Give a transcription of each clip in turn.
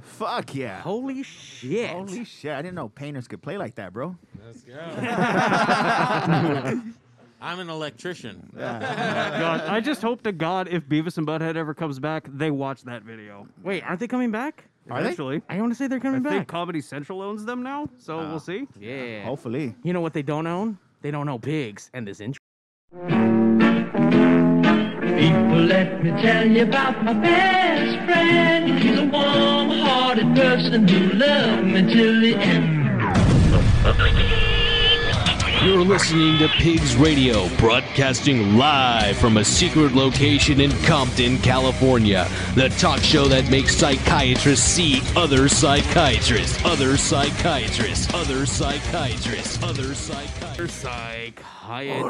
Fuck yeah. Holy shit. Holy shit. I didn't know painters could play like that, bro. Let's go. I'm an electrician. God, I just hope to God if Beavis and Butthead ever comes back, they watch that video. Wait, aren't they coming back? Are they? Eventually. I want to say they're I coming back. think Comedy Central owns them now, so Oh. we'll see. yeah. Hopefully. You know what they don't own? They don't own pigs and this intro. People, let me tell you about my best friend. He's a warm-hearted person who loved me till the end. You're listening to Pigs Radio, broadcasting live from a secret location in Compton, California. The talk show that makes psychiatrists see other psychiatrists, other psychiatrists, other psychiatrists, other psychiatrists.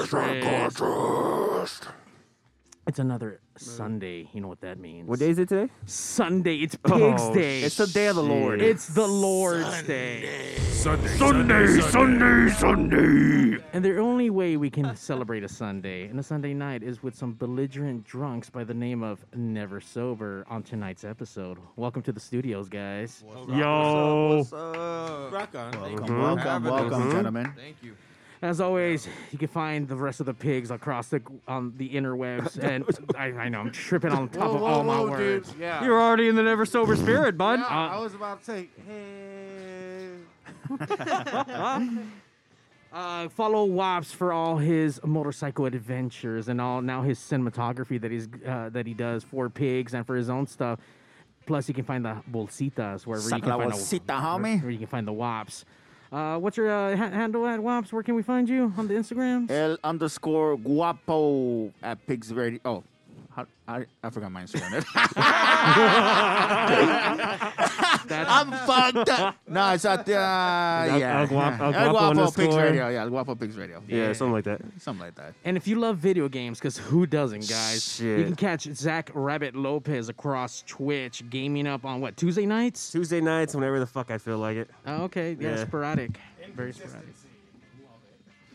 Psychiatrist. It's another Sunday. You know what that means. What day is it today? Sunday. Oh, It's Pigs Day. It's the day of the Lord. It's the Lord's Day. Sunday, Sunday, Sunday, Sunday. And the only way we can celebrate a Sunday and a Sunday night is with some belligerent drunks by the name of Never Sober on tonight's episode. Welcome to the studios, guys. Yo. Rock on. Thank you. Welcome, welcome, welcome, gentlemen. Thank you. As always, you can find the rest of the pigs across the on the interwebs, and I, I know I'm tripping on top of all my words. Yeah. You're already in the never sober spirit, bud. Uh, I was about to say, hey. Uh, follow Wops for all his motorcycle adventures and all now his cinematography that he's uh, that he does for pigs and for his own stuff. Plus, you can find the bolsitas wherever you Suck can la find bolsita, the, homie. Where you can find the Wops. Uh, what's your uh, ha- handle at Wops? Where can we find you on the Instagrams? El underscore guapo at pigs radio. Oh, how, I, I forgot my Instagram. I'm fucked up. No, it's at uh, yeah. El Guap- El Guapo El guapo pigs underscore. radio. Yeah, El guapo pigs radio. Yeah, something like that. something like that. And if you love video games, because who doesn't, guys? You Shit. can catch Zach Rabbit Lopez across Twitch gaming up on what Tuesday nights. Tuesday nights, whenever the fuck I feel like it. Oh, okay, yeah, Yeah. sporadic, very sporadic.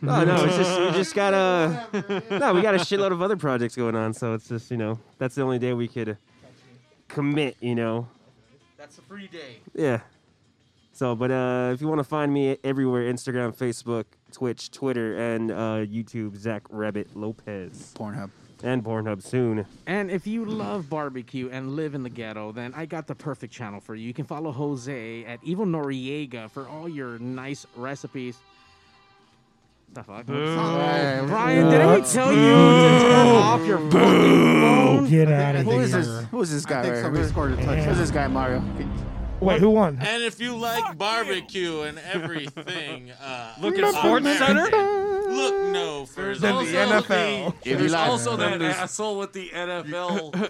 No, Oh, no, it's just we just got a no, we got a shitload of other projects going on, so it's just you know that's the only day we could commit, you know. That's a free day. Yeah. So, but uh, if you want to find me everywhere, Instagram, Facebook, Twitch, Twitter, and uh, YouTube, Zach Rabbit Lopez, Pornhub. and Pornhub soon. And if you love barbecue and live in the ghetto, then I got the perfect channel for you. You can follow Jose at Evil Noriega for all your nice recipes. The fuck? Hey, Ryan, didn't we tell you to turn off your fucking phone? Get out of who here. is this? Who is this guy? think right somebody here? scored a touchdown. Who's this guy, Mario? Wait, who won? And if you like barbecue and everything, uh, Look at Sports American. Look no further Then the also NFL. The, If there's you like- also Then that there's- asshole with the NFL.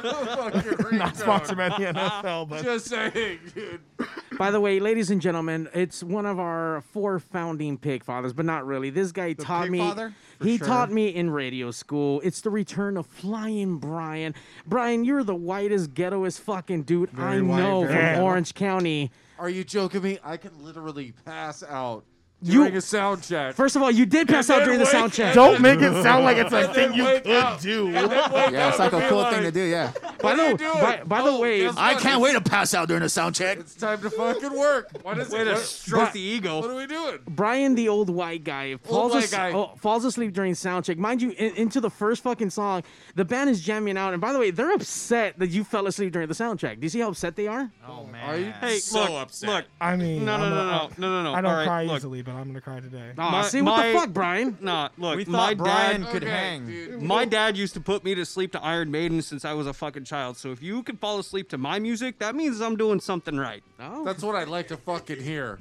Not sponsored by the NFL, but Just saying, dude. By the way, ladies and gentlemen, it's one of our four founding pig fathers, but not really. This guy taught pig me. father? For he sure. taught me in radio school. It's the return of Flying Brian. Brian, you're the whitest, ghettoest fucking dude I white, know very from ghetto. Orange County. Are you joking me? I can literally pass out. You- During a sound check. First of all, you did pass out then during the wake sound check. don't make it sound like it's a And then thing you wake could up. do. And then wake Yeah, it's up like a and be cool thing to do. Yeah. By "What are the, you doing? by, by the Oh, way, guess I what? can't wait to pass out during the sound check. It's time to fucking work. What is Way it? to What, stroke the ego. what are we doing? Brian, the old white guy, falls, white as- guy. oh, falls asleep during sound check. Mind you, in, into the first fucking song, the band is jamming out. And by the way, they're upset that you fell asleep during the sound check. Do you see how upset they are? Are you? Hey, So look, upset. look. I mean, No, no, I'm no, gonna- no, no, no, no. I don't All right, cry look. easily, but I'm gonna cry today. Aw, My- see what my- the fuck, Brian? Nah, look. We thought my Brian dad. could Okay, hang. dude. My dad used to put me to sleep to Iron Maiden since I was a fucking child. So if you can fall asleep to my music, that means I'm doing something right. Oh. That's what I'd like to fucking hear.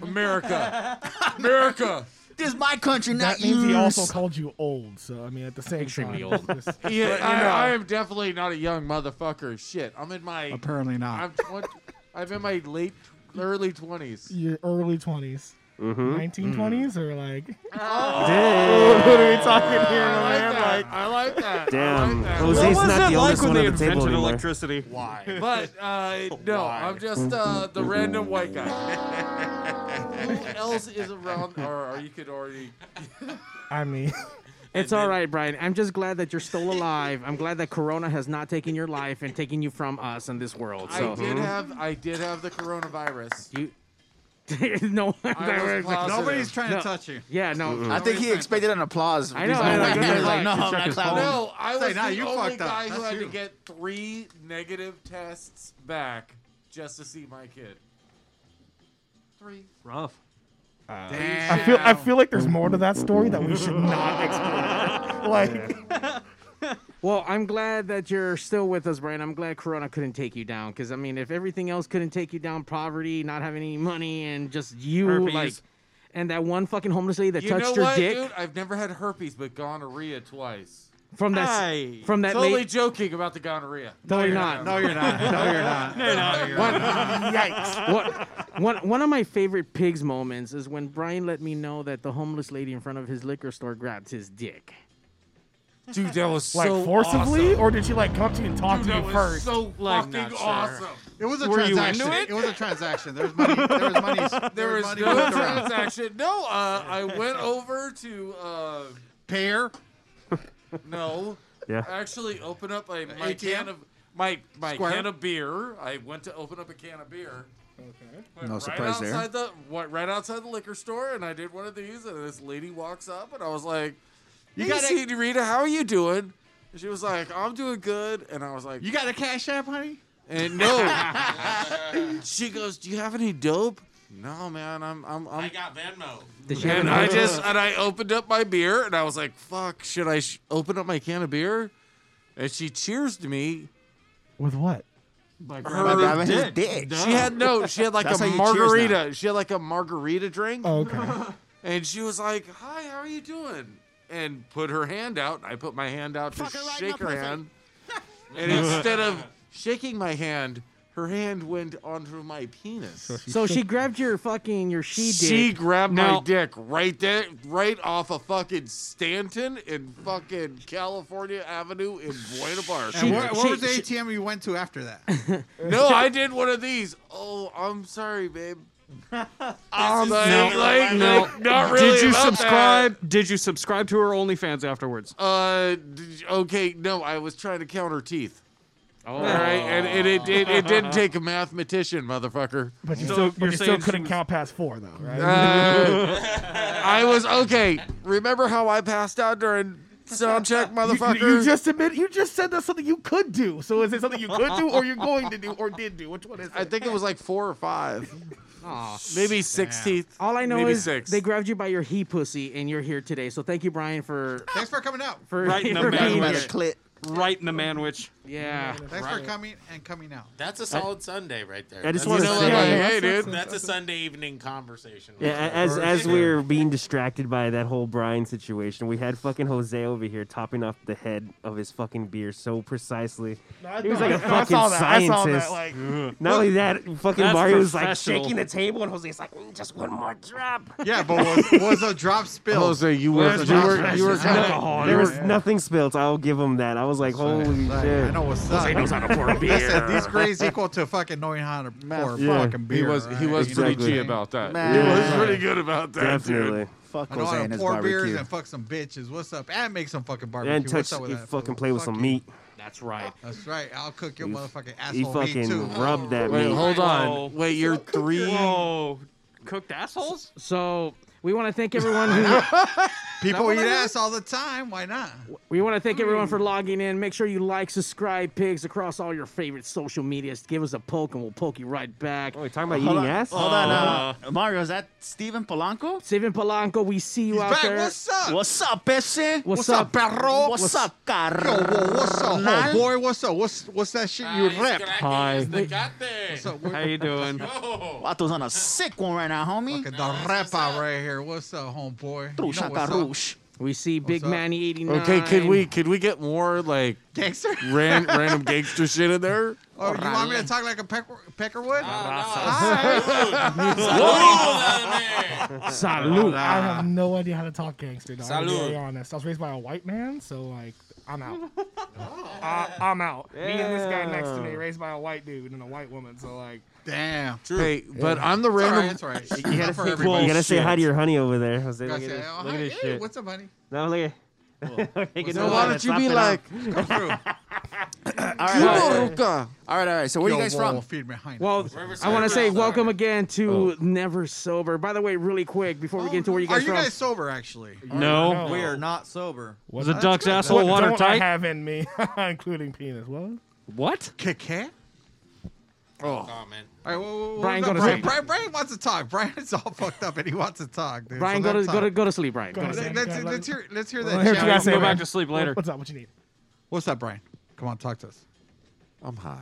America. America. This is my country, not That means he also yours. called you old. So I mean, at the same Extremely time, old. it's just- Yeah, I, I am definitely not a young motherfucker. Shit, I'm in my. apparently not. I'm, 20, I'm in my late, early twenties. Your early twenties, Mm-hmm. nineteen twenties, or like Damn. what are we talking here? I like man? that. I like that. Damn. I like Jose- that. Jose's what was not it the like oldest when one they at the table invented anymore. electricity? Why? But uh, no, I'm just uh, the random white guy. Who else is around, or, or you could already. I mean, It's all right, Brian. I'm just glad that you're still alive. I'm glad that Corona has not taken your life and taken you from us and this world. I So Mm-hmm. did have, I did have the coronavirus. you, no, I was positive. Nobody's trying No. to touch you. yeah, no. I think he expected an applause. I know, He's I know, like, I know. he was like, Right. no, Check I'm not his clapping. phone. No, I Say, was nah, the you only fucked up. guy who That's had you. to get three negative tests back just to see my kid. Three. Rough. I feel I feel like there's more to that story that we should not explore. Like, Well, I'm glad that you're still with us, Brian. I'm glad Corona couldn't take you down because I mean, if everything else couldn't take you down, poverty, not having any money, and just you Herpes. like, and that one fucking homeless lady that You know touched your what, dick dude? I've never had herpes, but gonorrhea twice. from that Aye. from that totally lady. joking about the gonorrhea. No, you're not. No, you're not. No, you're not. no, you're not. You're not. yikes! one, one, one of my favorite pigs moments is when Brian let me know that the homeless lady in front of his liquor store grabbed his dick. Dude, that was Like so forcibly, awesome. or did she like come to you and talk Dude, to that you was first? so Like, fucking not sure. awesome. It was a Were you into transaction. it? It was a transaction. There was money. There was money. There was was money no moved around. transaction. No, uh, I went over to uh, Pair. no. Yeah. Actually, open up a, my ATM? can of my my Square? can of beer. I went to open up a can of beer. Okay. No right surprise there. outside The, what, right outside the liquor store, and I did one of these, and this lady walks up, and I was like, "You hey, got a- Senorita, how are you doing?" And she was like, "I'm doing good," and I was like, You got a cash app, honey? and no. she goes, "Do you have any dope?" No, man. I'm I'm I'm. got Venmo. Did she have And a- I just and I opened up my beer and I was like, "Fuck, should I sh- open up my can of beer?" And she cheers to me. With what? By Her, grabbing his dick. she had no, she had like That's a how you cheers margarita. She had like a margarita drink, Oh, okay. and she was like, "Hi, how are you doing?" And put her hand out. I put my hand out to shake her hand, and instead of shaking my hand, her hand went onto my penis. so she grabbed your fucking your she dick. She grabbed Now- my dick right there, right off of fucking Stanton in fucking California Avenue in Buena Park. And what, what she- was the she- ATM you went to after that? no, I did one of these. Oh, I'm sorry, babe. I'm like, like, like, not really. Did you about subscribe? Did you subscribe to her OnlyFans afterwards? That. Uh, did- okay, no, I was trying to count her teeth. All right, and, and it, it it didn't take a mathematician, motherfucker. But you So still, you're you still saying she couldn't was- count past four, though, right? Uh, I was okay. Remember how I passed out during sound check, You- motherfucker? You, just admit you just said that's something you could do. So is it something you could do, or you're going to do, or did do? Which one is it? I think it was like four or five, Aw. maybe six teeth. All I know maybe is six. they grabbed you by your he pussy, and you're here today. So thank you, Brian, for Thanks for coming out. for, Right in the for back being By the here. clit. Right in the manwich. Yeah. Thanks for coming and coming out. That's a solid Sunday right there. I just That's wanna a say- Like, Sunday- Yeah, hey, dude. That's a Sunday evening conversation. Yeah, right a- there. as as we're being distracted by that whole Brian situation, we had fucking Jose over here topping off the head of his fucking beer so precisely. He was like a I fucking saw that. I saw that. scientist. Like, Not only that, fucking That's Mario was like professional. shaking the table, and Jose's like, "Mm, just one more drop. Yeah, but was, was a drop spill? Jose, you were Where's you my were you were precious kinda- alcohol? there was nothing spilt. I'll give him that. I was like, holy Like, shit. I know what's up. Listen, these grades equal to fucking knowing how to pour Yeah. fucking beer. he was he right? was You pretty know what I'm G saying? about that. Man. He was Yeah. pretty good about that. Definitely. Dude. Fuck I know Jose how and to his pour beers barbecue. and fuck some bitches. What's up? And make some fucking barbecue. And touch, what's up with you that? fucking play with Fuck some you. meat. That's right. That's right. I'll cook your motherfucking He asshole meat too. fucking rubbed that Wait, meat. hold on. Wait, you're three. Whoa, cooked assholes? So we want to thank everyone who People what eat I ass all Hmm. the time. Why not? We want to thank everyone for logging in. Make sure you like, subscribe, pigs across all your favorite social medias. Give us a poke, and we'll poke you right back. Oh, we're talking about Hold eating on, ass? Hold on, uh, Mario. Is that Steven Polanco? Steven Polanco, we see you out Back, there. what's up? What's up, PC? What's What's up, perro? What's up, Yo, car? whoa, what's up, Nah. ho, boy? What's up? What's what's that shit you rep? Hi. They got there. What's up? How We're you doing? Oh, Wato's on a sick one right now, homie. fucking the rap out right here. What's up, homeboy? You know Trushaka what's up? Rouge. We see Big up? Manny 89. Okay, could we could we get more like Gangster. ran, random gangster shit in there? Oh, you want me to talk like a peck- peckerwood? Salute. I have no idea how to talk gangster. Dog. I'm Salud. very honest. I was raised by a white man, so like I'm out. I, I'm out. Me and this guy next to me raised by a white dude and a white woman, so like Damn. Hey, but I'm the It's all right. random. It's all right. You gotta for say- everybody. You gotta say hi to your honey over there, Jose. Look I at say, this. oh, Look at hi, this hey, shit. What's up, buddy? No, look at. Making So noise, why don't it's you be popping up. like, Come through. All right, all right, Kumaruka? all right, all right. So where Yo, you guys whoa, from? Feed me hind. Well, I want to say welcome again to Never Sober. By the way, really quick, before we get into where you Oh. guys are you from. guys sober actually? No. We are not sober. Was a duck's asshole what don't I watertight? have in me, including penis. What? what? Kick man. All right, whoa, whoa, whoa, Brian, what's go to up? Brian, sleep. Brian, Brian wants to talk. Brian's all fucked up and he wants to talk, dude. Brian, so go to, let him go, to, talk. go to sleep, Brian. Go to Let, sleep. let's, Yeah, let- let's hear. Let's hear Well, that. here's chat. what you guys Go say, back man. to sleep later. What's up? What you need? What's up, Brian? Come on, talk to us. I'm high.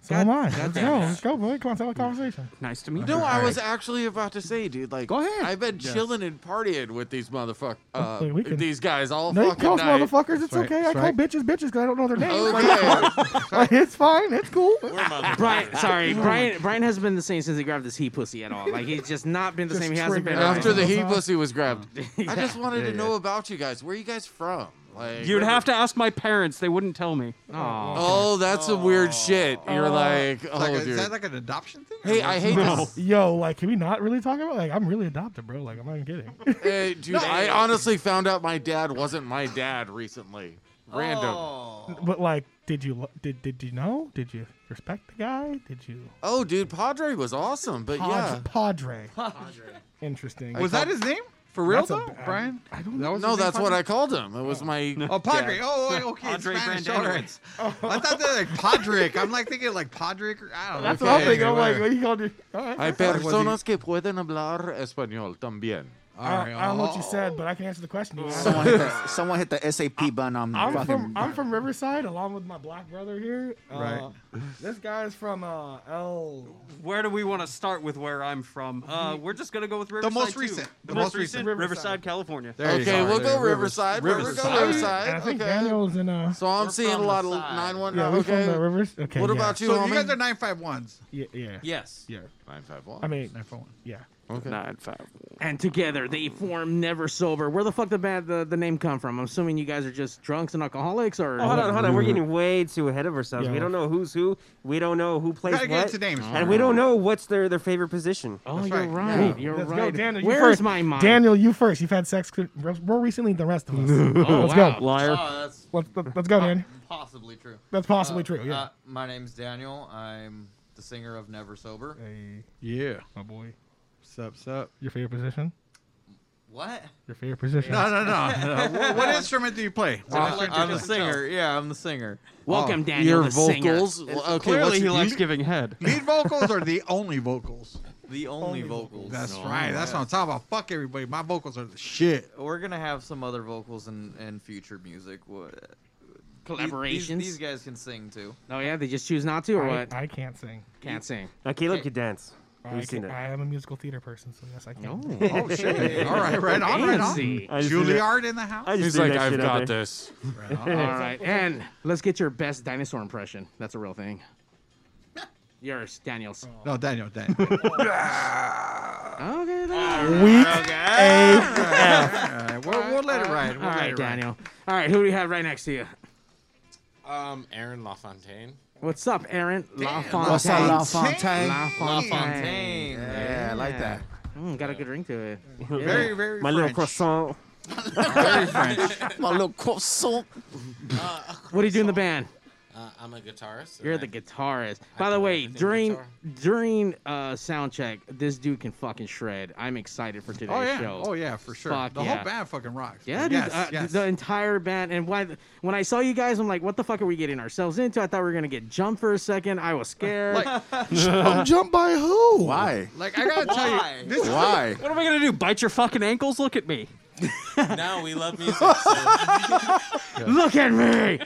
So am I. Let's go. Let's go, boy. Come on, have a conversation. Nice to meet you. No, I was actually about to say, dude. Like, go ahead. I've been chilling and partying with these motherfuckers, uh, Wait, we can- these guys all No, you fucking call us night. motherfuckers. It's right, okay. I that's call right. bitches bitches because I don't know their names. Okay, Like, it's fine. It's cool. We're mother- Brian, sorry, Brian. Brian hasn't been the same since he grabbed this he pussy at all. Like he's just not been the Just same. He hasn't been. triggered. around. after the heat Yeah. pussy was grabbed, I just wanted to know about you guys. Where are you guys from? Like, You'd have to ask my parents. They wouldn't tell me. Aw. Oh, that's some weird shit. You're like, oh, Like, is dude. that like an adoption thing? hey, I hate this. Yo, like, can we not really talk about? Like, I'm really adopted, bro. Like, I'm not even kidding. Hey, dude, I honestly found out my dad wasn't my dad recently. Random. Oh, But like, did you lo- did did you know? Did you respect the guy? Did you? Oh, dude, Padre was awesome, but Uh, yeah. Pod- Padre. Padre. Interesting. was that his name for real That's a though, bad- Brian? I don't That was No, his name, that's what Padre? I called him. It was my. Oh, Padre. Oh, wait, okay. it's Andre Spanish. Brandanowitz. All right. Oh. Oh. I thought they were like Padrick. I'm like thinking like Padrick. Or, I don't know. That's what I'm Okay, thinking. I'm like, whatever. what are you gonna do? All right. Hay Like, was he- personas que pueden hablar español también. All I, right, I don't know what you oh. said, but I can answer the question. You asked. Someone hit the, someone hit the SAP button on I'm fucking. from I'm from Riverside, along with my black brother here. Uh, Right. This guy's from uh, L. Where do we want to start with where I'm from? Uh, we're just going to go with Riverside. most too. recent. The, most, recent. Riverside, Riverside. California. There you okay, are. we'll There you go are. Riverside. We're gonna go Riverside. And I think okay. Daniel's in uh. So I'm seeing a lot of nine one. oh, Yeah, we're okay. from the rivers. Okay. What yeah. about you, So homie? you guys are 951s. Yeah, yeah. Yes. Yeah. nine five I one. mean, 951. yeah. Nine five. And together they form Never Sober. Where the fuck the band the, the name come from? I'm assuming you guys are just drunks and alcoholics, or Oh, hold on, hold on. We're getting way too ahead of ourselves. Yeah. We don't know who's who. We don't know who plays Gotta what. get into names. And we don't know what's their, their favorite position. Oh, That's you're right. right. Ooh, You're let's right. Go, Daniel, you Where's first. my mind? Daniel, you first. You've had sex cl- more recently than the rest of us. let's go. Liar. Oh, that's Let's, let- let's go, Daniel. possibly true. That's possibly true. Yeah. Uh, my name's Daniel. I'm the singer of Never Sober. hey, Yeah. Oh, my boy. Sup, sup. Your favorite position? What? Your favorite position? No, no, no. no. What- what instrument do you play? What Uh, instrument do you I'm the play? Oh, singer. Yeah, I'm the singer. Ah, Welcome, Daniel. Your the vocals. Singer. Well, Okay, what's Clearly, he your- likes giving head. Lead vocals are the only vocals. The only, vocals. That's right. That's what I'm talking about. Fuck everybody. My vocals are the shit. We're gonna have some other vocals in, in future music. What? These, Collaborations. these guys can sing too. oh yeah, they just choose not to, or I, what? I can't sing. Can't sing. Now, Caleb could dance. I, We've seen can- that. I am a musical theater person, so yes, I can. Oh shit. All right, right on, right on. Fancy. I just threw that- Juilliard in the house. I just He's threw like, that I've shit out got there. this. All right, and let's get your best dinosaur impression. That's a real thing. Yours, Daniel's. No, Daniel, Daniel. Okay. then. Weak All right, we'll, we'll let it ride. We'll All let right, it ride. Daniel. All right, who do we have right next to you? Um, Aaron LaFontaine. What's up, Aaron? What's up, LaFontaine. La Fontaine? LaFontaine. LaFontaine. Yeah, I like that. Mm, got a good ring to it. Very, very. My little French. croissant. Very French. Uh, My little croissant. What do you do in the band? Uh, I'm a guitarist. You're the guitarist. By the way, during during uh sound check, this dude can fucking shred. I'm excited for today's Oh yeah. show. Oh yeah, for sure. Fuck the yeah. whole band fucking rocks. Yeah, dude. Yes. uh, yes. The entire band. And why? When I saw you guys, I'm like, what the fuck are we getting ourselves into? I thought we were gonna get jumped for a second. I was scared. I'm jumped by who? Why? Like I gotta tell you, this Why? What am I gonna do? Bite your fucking ankles? Look at me. now we love music. So. Look at me.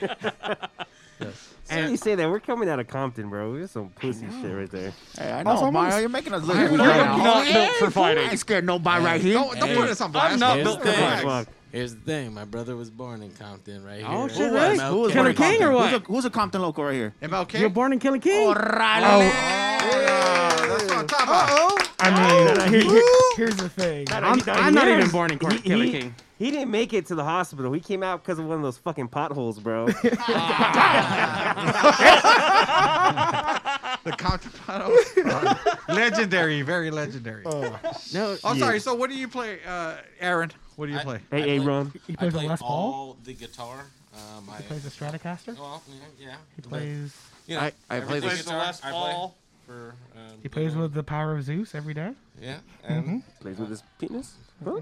and you say that we're coming out of Compton, bro. We're some pussy shit right there. Hey, I know, Mario. You're making us look. You're not built for fighting. I ain't scared nobody right here. Don't, don't put us on blast. not man. built Come for on. fighting. Here's the thing. My brother was born in Compton, right here. Oh, Who shit, was? really? Mel Who was Kiper. Killer Compton? King or what? Who's a, who's a Compton local right here? MLK. You're born in Killing King. Oh. Riley. That's what I'm talking about. I mean, here- here- here's the thing. I'm, I'm not even born in Cor- Killing he, King. He didn't make it to the hospital. He came out because of one of those fucking potholes, bro. The Compton Legendary, very legendary. Oh, No, I'm sorry. So what do you play, uh, Aaron? What do you play? hey, I hey, play- Ron. he I plays a play Les Paul. all the guitar. Um, I, He plays a Stratocaster. well, yeah. yeah. He But, plays. you know, I- I play everything the- guitar, Les I play Paul. For, um, He plays with the power of Zeus every day. Mm-hmm. Yeah. And Plays with his penis. Huh?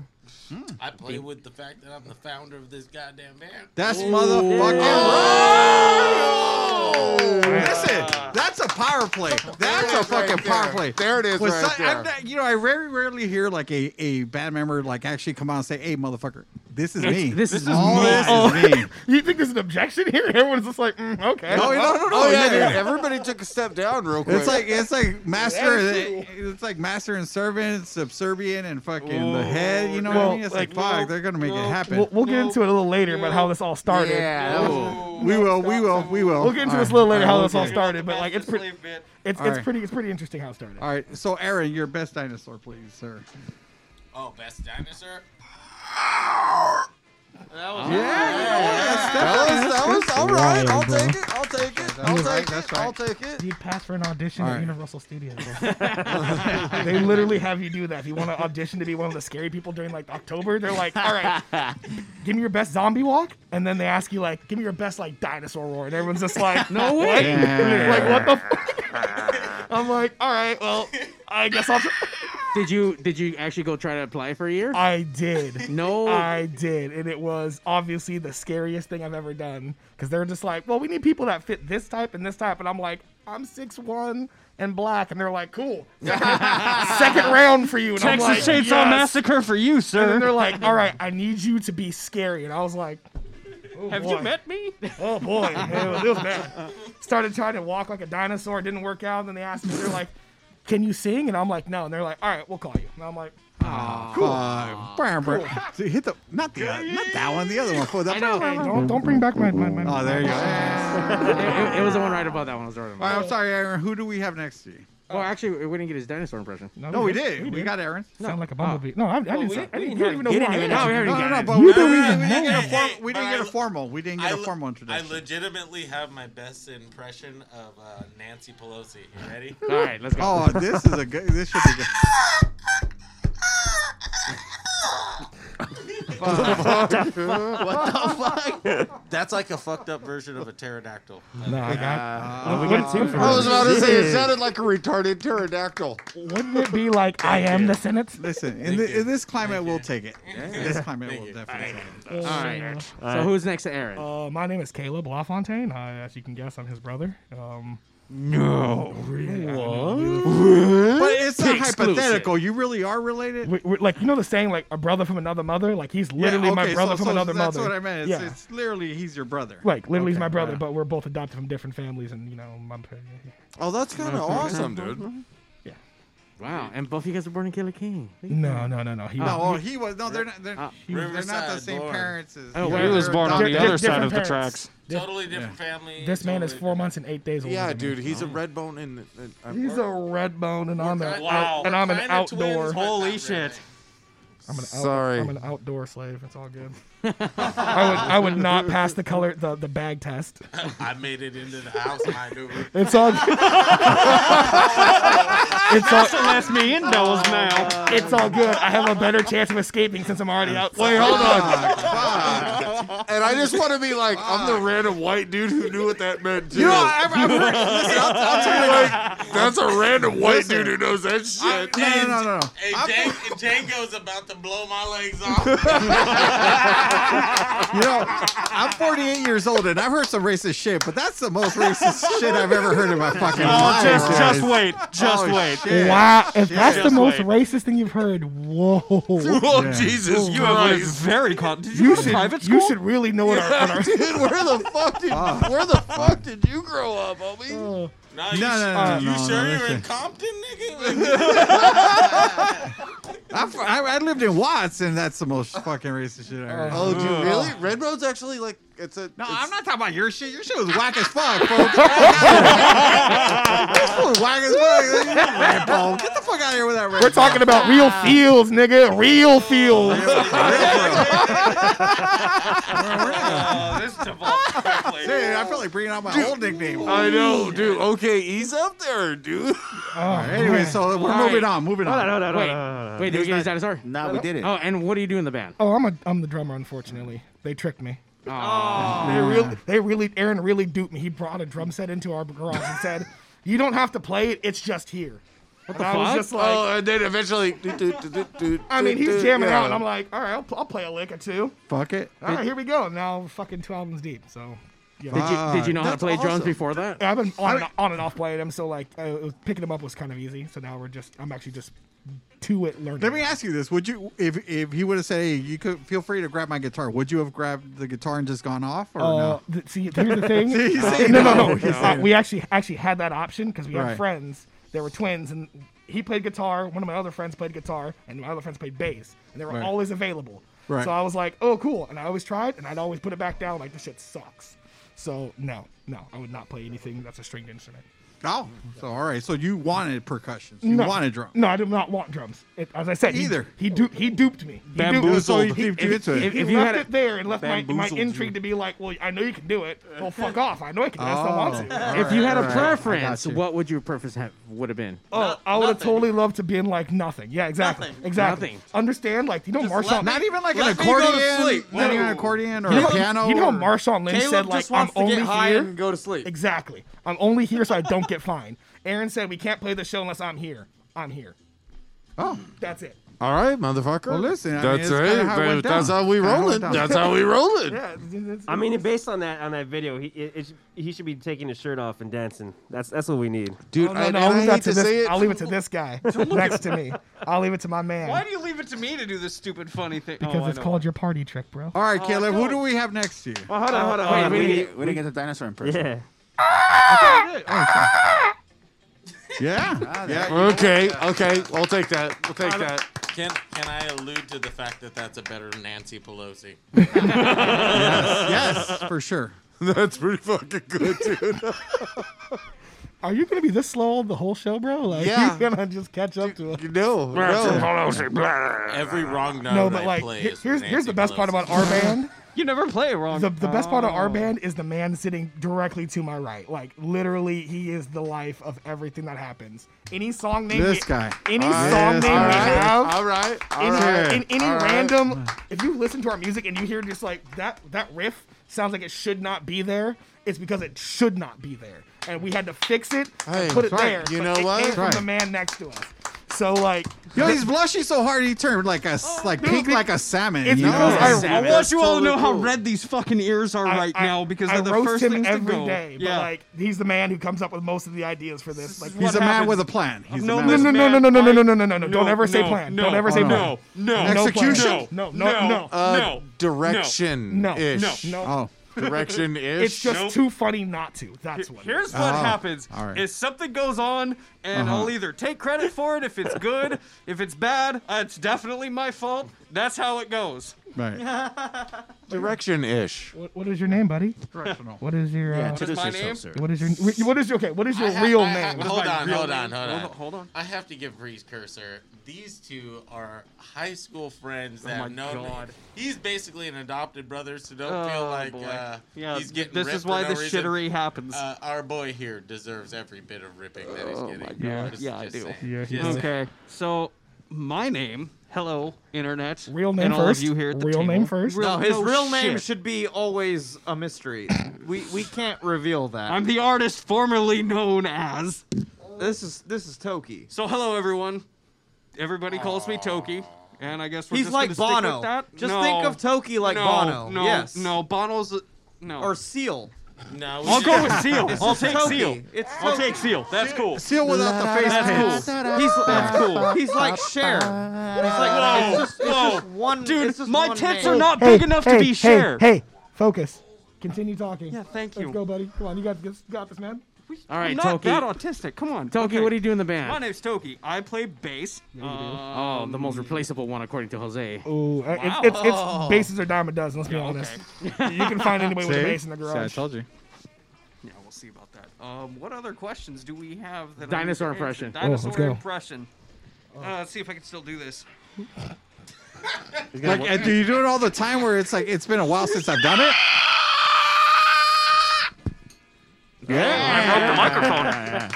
Hmm. I play with the fact that I'm the founder of this goddamn band. That's motherfucking. Oh! Oh, Listen, that's a power play. That's a fucking power play. There it is. Was Right si- there. I'm not- you know, I very rarely hear like a, a band member like actually come out and say, "Hey, motherfucker, this is me." this is all me. this Oh. is me. You think there's an objection here? Everyone's just like, mm, okay. No, no, no, no. Oh yeah, yeah, dude. yeah. Everybody took a step down real quick. It's like it's like master. That's cool. It's like master and servant, subservient, and fucking the head. You know what I Well, mean? It's like, like, fuck, no, they're gonna make it no, happen. We'll, we'll get into it a little later about how this all started. Yeah. that was- we will. We will. We will. We'll get into this a All little later how All this all okay. started, but like it's pretty, Sleep, man. it's All it's right. pretty, it's pretty interesting how it started. All right. So, Aaron, your best dinosaur, please, sir. Oh, best dinosaur? That was that was, that was all right. I'll take it. I'll take it. I'll That's right, take that's it. right. I'll take it. Dude, pass for an audition All at right. Universal Studios. they literally have you do that. If you want to audition to be one of the scary people during like October, they're like, "All right, give me your best zombie walk," and then they ask you like, "Give me your best like dinosaur roar," and everyone's just like, "No way!" What? like what the? Fuck? I'm like, "All right, well, I guess I'll." Try. Did you did you actually go try to apply for a year? I did. no. I did, and it was obviously the scariest thing I've ever done because they're just like, well, we need people that fit this type and this type, and I'm like, I'm six one and black, and they're like, cool, second round for you, and Texas I'm like, Chainsaw yes. Massacre for you, And then sir. they're like, all right, I need you to be scary, and I was like, oh, Have boy. you met me? Oh boy, it was, it was bad. Started trying to walk like a dinosaur, didn't work out. And then they asked me, they're like, can you sing? And I'm like, no. And they're like, all right, we'll call you. And I'm like, Uh, bram, bram. See, hit the not the uh, not that one, the other one. For the, I know. hey, don't don't bring back my my my. Oh, there you go. All it, it- it was the one right above that one. It was the one above. right, I'm sorry, Aaron. Who do we have next to you? Well, actually, we didn't get his dinosaur impression. No, we did. We, got Aaron. Sound like a bumblebee. No, I, I didn't. we- say- I we didn't, didn't you have- didn't even know. you who I didn't even was. know. We already No, no, got no, it. but we don't didn't, even we didn't know. get a form, Hey, we but didn't I get a le- formal. We didn't I get a le- formal I introduction. legitimately have my best impression of uh, Nancy Pelosi. You ready? All right, let's go. Oh, this is a good. This should be good. That's like a fucked up version of a pterodactyl. No, I got. Uh, no, we got two for I was about to say it Shit. sounded like a retarded pterodactyl. Wouldn't it be like I am the Senate? Listen, in, the, in this climate, we'll take it. In this climate, we'll you. definitely take it. All right. So who's next to Aaron? Uh, my name is Caleb LaFontaine. I, as you can guess, I'm his brother. Um, But it's not Exclusive. hypothetical. You really are related. we, we, like you know the saying, like a brother from another mother. Like he's Yeah, literally okay, my brother so, from so another that's mother. what I meant. It's, yeah. it's literally he's your brother. Like literally, he's my brother, but we're both adopted from different families, and you know, my, Oh, that's kind of awesome, dude. wow. And both of you guys were born in Killer King. no, no, no, no. He No, oh, he was. No, they're not. They're, Ah. Uh, they're not the Riverside same born. parents as. Oh, they're- he was they're on the adopted. other side of the tracks. Totally different family. This man is totally four months and eight days old. Yeah, dude. He's a red bone in. in- I'm- He's a red bone, and I'm an kind- Wow. out, and I'm an Kinda outdoor. twins, but Holy not shit. really. I'm an out, Sorry. I'm an outdoor slave. It's all good. I would I would not pass the color the, the bag test. I made it into the house, my dude. It's all good. it's all That's me in bells Oh, now. it's all good. I have a better chance of escaping since I'm already out. Wait, hold on. Fuck. And I just want to be like, I'm the random white dude who knew what that meant. Too. You know, I've- I've heard- listen, I'll- I'll tell you- like, that's a random white dude who knows that shit. No, no, no, no, no. Hey, Dang, Dango's about to blow my legs off. You know, I'm 48 years old and I've heard some racist shit, but that's the most racist shit I've ever heard in my fucking Oh, life. just- guys. just wait, just Oh, wait. shit. Wow, if Shit. that's the Just most wait. racist thing you've heard, whoa! Whoa, Jesus You have one Christ. very con- Did Oh, you, You go to should, private school? you should really know what our, what our Dude, where the fuck did Ah. where the fuck did you grow up, homie? No, no, No, no, no, you no, no, sure you were listen. in Compton, nigga? I'm fr- I, I lived in Watts, and that's the most fucking racist shit I heard. Uh, Oh, dude, really? Red Road's actually like it's a. No, it's- I'm not talking about your shit. Your shit was whack as fuck, folks. Get the fuck out of here. this was whack as fuck. You red bone. Get the fuck out of here with that red We're talking about real feels, nigga. Real feels. Oh, Uh, this devolved quickly. Dude, I feel like bringing out my old nickname. I know, dude. Okay, he's up there, dude. Anyway, so Oh, we're All moving right. on. Moving Hold on, on. hold on, hold on, hold on, hold Wait, on. wait, did we get his dinosaur? Nah, we did it. Oh, and what do you do in the band? Oh, I'm a I'm the drummer. Unfortunately, they tricked me. Oh, They really, they really, Aaron really duped me. He brought a drum set into our garage and said, "You don't have to play it. It's just here." What the I was fuck? just like, Oh, and then eventually, do, do, do, do, do, I mean, do, he's jamming yeah. out, and I'm like, "All right, I'll, I'll play a lick or two. Fuck it. All right, here we go. Now we're fucking two albums deep. So, yeah. did you did you know how to That's play drums awesome. before that? I've been on and, on and off playing them, so like uh, it was- picking them up was kind of easy. So now we're just, I'm actually just to it learning. Let me ask you this: Would you, if if he would have said, "Hey, you could feel free to grab my guitar," would you have grabbed the guitar and just gone off, or Uh, no? th- see, here's the thing. See, he's Uh, saying no, no. no, no. He's Uh, saying- we actually actually had that option because we had Right. friends. They were twins, and he played guitar. One of my other friends played guitar, and my other friends played bass, and they were Right. always available. Right. So I was like, "Oh, cool!" And I always tried, and I'd always put it back down like this shit sucks. So no, no, I would not play anything that's a stringed instrument. No. So all right. So you wanted percussion. So you no. wanted drum. No, I do not want drums. It, as I said, he- Either. He, du- he duped me. He duped- Bamboozled. So he he- duped you into it. If, If- if you you left had a- it there and left my, my Bamboozled intrigue to be like, well, I know you can do it. Well, fuck off. I know I can. do it. I still Oh. want to. If you had a preference, you. what would your preference have would have been? Oh, I would have totally loved to be in like nothing. Yeah, exactly. Nothing. Exactly. Nothing. Understand? Like you know, Marshawn. Not even like an Let me go to accordion. sleep. Not even an Whoa. accordion or you know, a piano. you know how or- Marshawn Lynch Caleb said like just I'm wants to only get high here. and go to sleep. Exactly. I'm only here so I don't get fined. Aaron said we can't play the show unless I'm here. I'm here. Oh. That's it. All right, motherfucker. Well, listen, I mean, that's it's kinda it, how it went babe. That's down. how we Kinda how it rolling. went down. That's how we rolling. Yeah. it's- I mean, based on that on that video, he it, it, sh- he should be taking his shirt off and dancing. That's that's what we need. Dude, Oh, I, and no, no, I'll leave I that hate to to this. say it. I'll leave it to this guy next to me. I'll leave it to my man. Why do you leave it to me to do this stupid funny thing? Because oh, it's I know. called your party trick, bro. All right, Caleb. Who do we have next to you? Oh, hold on, hold on. wait, hold on. wait, We wait. need- we didn't get the dinosaur in person. Ah! yeah. Yeah. yeah. Okay, okay. I'll take that. We'll take that. Can can I allude to the fact that that's a better Nancy Pelosi? yes, for sure. That's pretty fucking good, dude. Are you gonna be this slow the whole show, bro? Like Yeah. you're gonna just catch up to us. No, no. Every wrong note No, but I like play he- is here's Nancy here's the best part Pelosi. about our band. You never play it wrong. The, the best part of our Oh. band is the man sitting directly to my right. Like literally, he is the life of everything that happens. Any song name, This we- guy. any All right. song name All we right. have, All right, all any, right. in, any all right. random. If you listen to our music and you hear just like that that riff sounds like it should not be there, it's because it should not be there, and we had to fix it Hey, and put it that's right. there. You but know it what? Came from That's the man next to us. So like, Yo, he's blushing so hard he turned like a s like pink like a salmon. it's you know? because I I Salmon. want you all to know how cool. red these fucking ears are I- right I- now because I they're the roast first him things every to go. day, yeah. But like, he's the man who comes up with most of the ideas for this. Like, he's what a man happened? with a plan. He's a No, man no, with no, a no, no, no, no, no, no, no, no, no, no. No, Don't ever say no, plan. no, Don't ever say no, plan. no, plan. Execution. No, no, no. no. Uh, no, direction. No. ish. No. Oh, Direction ish. It's just Nope. too funny not to. That's what. it Here's is. what happens: Oh, all right. Uh-huh. is something goes on, and I'll either take credit for it if it's good, if it's bad, uh, it's definitely my fault. That's how it goes. right. direction ish. What, what is your name, buddy? What is your? Uh, Introduce my yourself, name? sir. what is your? What is your? Okay. What is your I ha- real I ha- name? hold, my on, real hold name? on, hold on, Hold on, hold on. I have to give Breeze cursor. These two are high school friends that Oh my have known. God. He's basically an adopted brother, so don't feel Oh, like boy. uh, yeah, he's getting. this ripped is for why no the reason. shittery happens. Oh Uh, our boy here deserves every bit Oh of ripping that he's getting. my God. Just- Yeah, I just do. saying. Yeah, he Just does. saying. okay, so my name Hello, internet. Real name and all of first. you here at the Real table. name first. No, his real name shit. should be always a mystery. we we can't reveal that. I'm the artist formerly known as. This is this is Toki. So hello everyone. Everybody calls me Toki, and I guess we're He's just like gonna stick Bono. with that. Just No. think of Toki like No, Bono. No, Yes. no, Bono's a- no. Or Seal. No, I'll go with Seal. This I'll is take Toki. Seal. It's I'll Toki. take Seal. That's cool. Seal without the face That's paint. cool. He's That's cool. he's like Cher. He's like Whoa, it's just, it's whoa. just one. Dude, it's just my one tits name. are not Hey, big enough hey, to be hey, Cher. Hey, focus. Continue talking. Yeah, thank you. Let's go, buddy. Come on, you got this, you got this man. All right, I'm not Toki. that autistic. Come on. Toki, Okay. what do you do in the My band? name's Toki. I play bass. Oh, the most replaceable one according to Jose. Ooh, uh, Wow. Oh. it's, it's, it's bases are dime a dozen. Let's be honest. You can find anybody with a See? base in the See, I garage. told you. Yeah, we'll see about that. Um, what other questions do we have? That I need to Dinosaur answer? impression. Oh, let's Dinosaur go. impression. Uh, let's see if I can still do this. Like, and do you do it all the time where it's like it's been a while since I've done it? Yeah. microphone.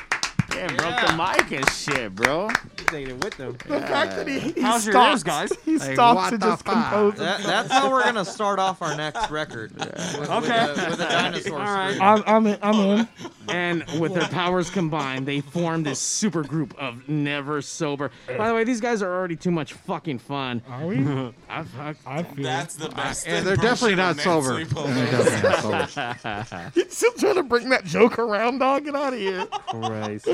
Yeah, broke the mic and shit, bro. Taking it with them. The fact that he, he How's your stops, ears, guys? he Like, stops what and the just fuck? composes. That, that's how we're gonna start off our next record. With, Okay. With a, with a dinosaur. All right. scream. I'm, I'm in. I'm in. And with their powers combined, they form this super group of never sober. By the way, these guys are already too much fucking fun. Are we? I, I, I feel. That's the best. And they're definitely not sober. They're definitely not sober. He's still trying to bring that joke around, dog. Get out of here. Christ.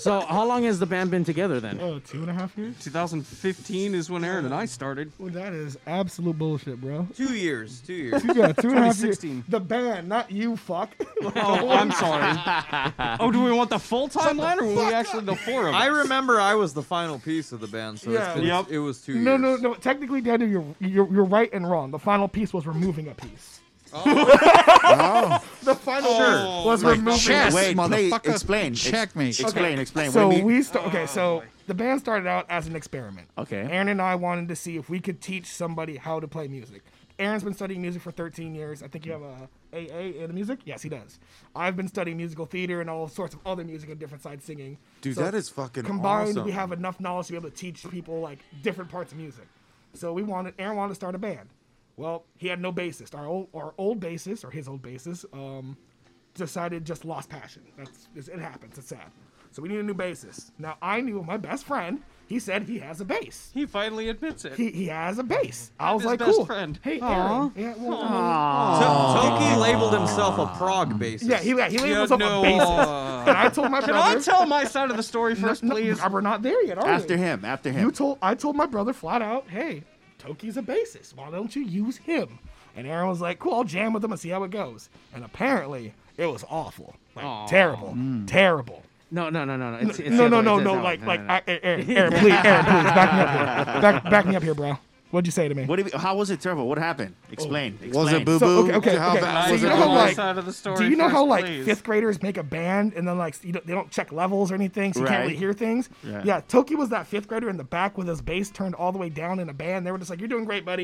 so, how long has the band been together then? Oh, two and a half years. 2015 is when Aaron and I started. Well, that is absolute bullshit, bro. Two years. Two years. Yeah, two and a half years. 2016. The band, not you, fuck. Oh, I'm sorry. Oh, do we want the full timeline or were we actually the four of us? I remember I was the final piece of the band, so Yeah. it's been, Yep. it was two no, years. no, no. Technically, Daniel, you're, you're you're right and wrong. The final piece was removing a piece. Oh. the final piece was removing. Chess, Wait, play- motherfucker. explain. Checkmate. Explain, explain. So what do you mean? we sta- okay. So the band started out as an experiment. Okay. Aaron and I wanted to see if we could teach somebody how to play music. Aaron's been studying music for 13 years. I think you have a AA in music. Yes, he does. I've been studying musical theater and all sorts of other music on different sides singing. Dude, that is fucking combined. awesome. We have enough knowledge to be able to teach people like different parts of music. So we wanted Aaron wanted to start a band. Well, he had no bassist. Our old our old bassist or his old bassist um, decided just lost passion. That's it's- it happens. It's sad. So we need a new bassist. Now I knew my best friend. He said he has a bass. He finally admits it. He, he has a bass. I was His like, best cool. friend. Hey, Aaron. Yeah, well, I mean, Toki labeled himself a prog bassist. yeah, he, yeah, he labeled Yeah, himself no, a bassist. uh, And I told my Can brother. I tell my side of the story first, No, please? we're not there yet, are we? after him, after him. You told I told my brother flat out, hey, Toki's a bassist. Why don't you use him? And Aaron was like, cool, I'll jam with him and see how it goes. And apparently, it was awful, like terrible, Hmm. Mm. terrible. No, no, no, no, no. It's, it's No, the no, other- no, it's- no, it's- like, no, like, no, I, eh, Aaron, Aaron, please, Aaron, please, back me up here, back, back me up here, bro. What'd you say to me? what do you, how was it terrible? What happened? Explain. Was explain. it boo boo? So, okay, okay, How okay. bad So I was you it? know how, know my like, side of the story Do you know first, how like please. fifth graders make a band and then like you don't, they don't check levels or anything, so you can't really Right. hear things? Yeah. Yeah, Toki was that fifth grader in the back with his bass turned all the way down in a band. They were just like, "You're doing great, buddy.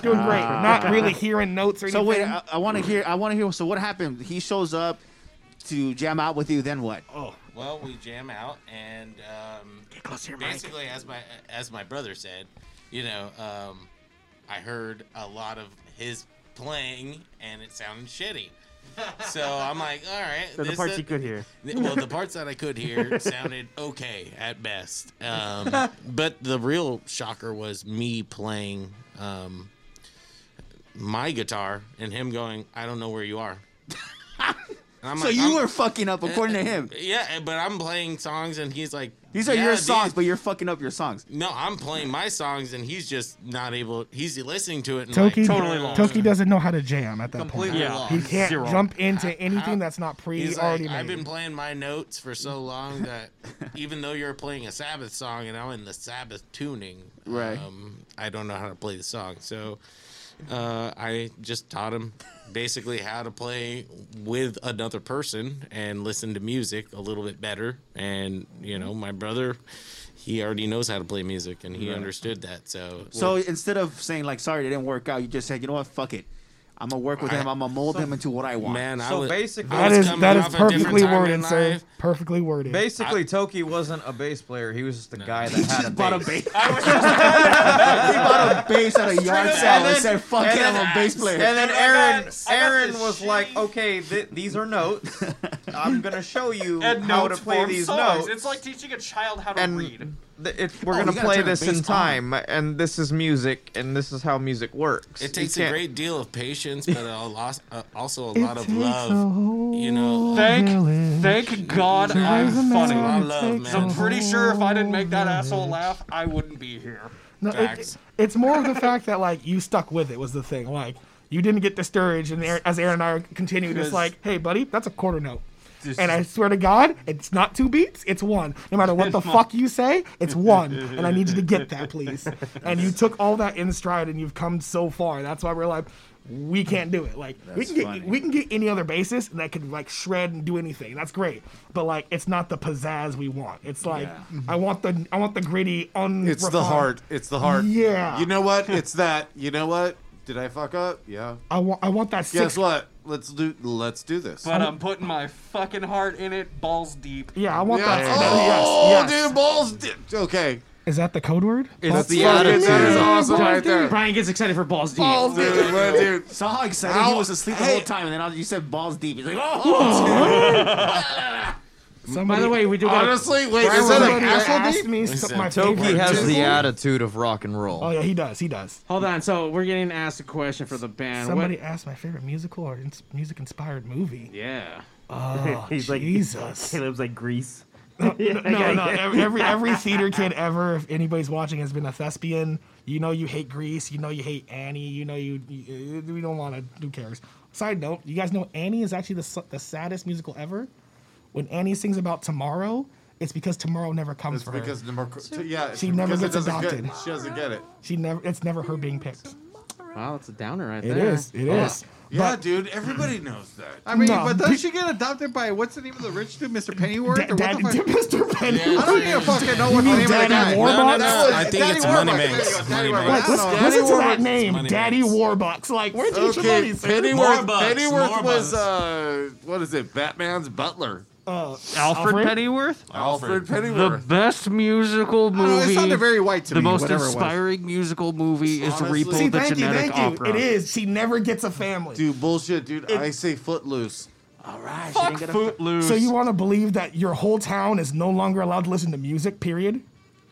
Doing great." Not really hearing notes or Ah. anything. So wait, I, I want to hear. I want to hear. So what happened? He shows up to jam out with you. Then what? Oh. Well, we jam out, and um, basically, as my as my brother said, you know, um, I heard a lot of his playing, and it sounded shitty. So I'm like, all right. They're the this- parts you could hear. Well, the parts that I could hear sounded okay at best. Um, but the real shocker was me playing um, my guitar and him going, I don't know where you are. And I'm So like, you "I'm- were fucking up, according to him. Eh, yeah, but I'm playing songs and he's like, These are "Yeah, your these- songs, but you're fucking up your songs. no, I'm playing my songs and he's just not able. He's listening to it. And Toki, like, Totally lost. Toki doesn't know how to jam at that Completely point. Yeah. lost. He can't Zero. jump into anything that's not He's pre like, already I've made. been playing my notes for so long that even though you're playing a Sabbath song and I'm in the Sabbath tuning, Right. Um, I don't know how to play the song, so uh, I just taught him basically how to play with another person and listen to music a little bit better. And you know, my brother, he already knows how to play music and he understood that. So So instead of saying like, "Sorry, it didn't work out," you just said, "You know what? Fuck it. I'm gonna work with him. I'm gonna mold him into what I want. Man, I So basically, That is that is perfectly worded, sir. Perfectly worded. Basically, Toki wasn't a bass player. He was just a guy that had a bought a bass. bass. he bought a bass at a yard sale and said, "Fuck it, I'm a bass player." And then Aaron, I got Aaron this was like, "Okay, th- these are notes. I'm gonna show you And how to notes play form these songs. notes." It's like teaching a child how to and read. th- it's, we're Oh, gonna you gotta play turn the this in bass time, and this is music, and this is how music works. It takes you a can't- great deal of patience, but a lot, uh, also a lot of love. You know, Thank, thank God I'm funny. I love, So I'm man. pretty sure if I didn't make that asshole laugh, I wouldn't be here. No, it- Facts. it's more of the fact that like you stuck with it was the thing. Like you didn't get discouraged, and Aaron, as Aaron and I are continuing, it's like, hey, buddy, that's a quarter note. And I swear to God, it's not two beats, it's one. No matter what the fuck you say, it's one. And I need you to get that, please. And you took all that in stride, and you've come so far. That's why we're like, we can't do it. Like we That's can get funny. we can get any other basis, and that could like shred and do anything. That's great. But like, it's not the pizzazz we want. It's like Yeah. I want the I want the gritty, un. It's the refined- heart. It's the heart. Yeah. You know what? It's that. You know what? Did I fuck up? Yeah. I want I want that Guess six. what? Let's do. Let's do this. But um, I'm putting my fucking heart in it, balls deep. Yeah, I want Yeah. that. Oh, yes, yes. dude, balls. Di- okay. Is that the code word? It's Balls- the Fucking- attitude. That is awesome right there. Brian gets excited for balls deep. Balls, dude. Well, dude. Saw how excited Ow. he was asleep the Hey. whole time, and then all- you said balls deep. He's like, "Oh, Somebody, By the way, we do got. Honestly, wait. Brian, Is that an somebody asshole asked deep? me Is some- that my Toki favorite. Toki has Disney- the attitude of rock and roll. Oh yeah, he does. He does. Hold on. So we're getting asked a question for the band. Somebody What? asked my favorite musical or ins- music-inspired movie. Yeah. Oh, He's like- Jesus. Caleb's like Grease. no, no. Every every- every theater kid ever, if anybody's watching, has been a thespian. You know you hate Grease. You know you hate Annie. You know you. you we don't want to. Who cares? Side note: You guys know Annie is actually the s- the saddest musical ever. When Annie sings about tomorrow, it's because tomorrow never comes It's for because her. number. t- Yeah. She never because it gets doesn't get- adopted. She doesn't get it. She never. It's never her being picked. Wow, that's a downer right It there. is. It is. Yeah, dude. Everybody knows that. I mean, No. but doesn't she get adopted by what's the name of the rich dude, Mr. Pennyworth? Da- or Dad, what the fuck? Mr. Penny. I don't even fucking know what the mean name of the Daddy guy. Warbucks? No, no, No, that was I think Daddy it's Warbucks. Money There you Banks. go, Daddy Money Warbucks. Banks. Like, don't listen, know. listen to that Daddy name, Daddy Warbucks. Warbucks. Like, where's your money, Okay, Pennyworth. sir? More bucks, more Pennyworth was bucks. uh, what is it? Batman's butler, Uh, Alfred, Alfred? Pennyworth, Alfred the Pennyworth. best musical I don't know, it movie, sounded very white to the me. most whatever it was. inspiring musical movie is Honestly- Repo See, the thank you, Genetic thank you. Opera. It is. She never gets a family. Dude, bullshit, dude. I say Footloose. all right." Fuck Footloose. So you want to believe that your whole town is no longer allowed to listen to music? Period.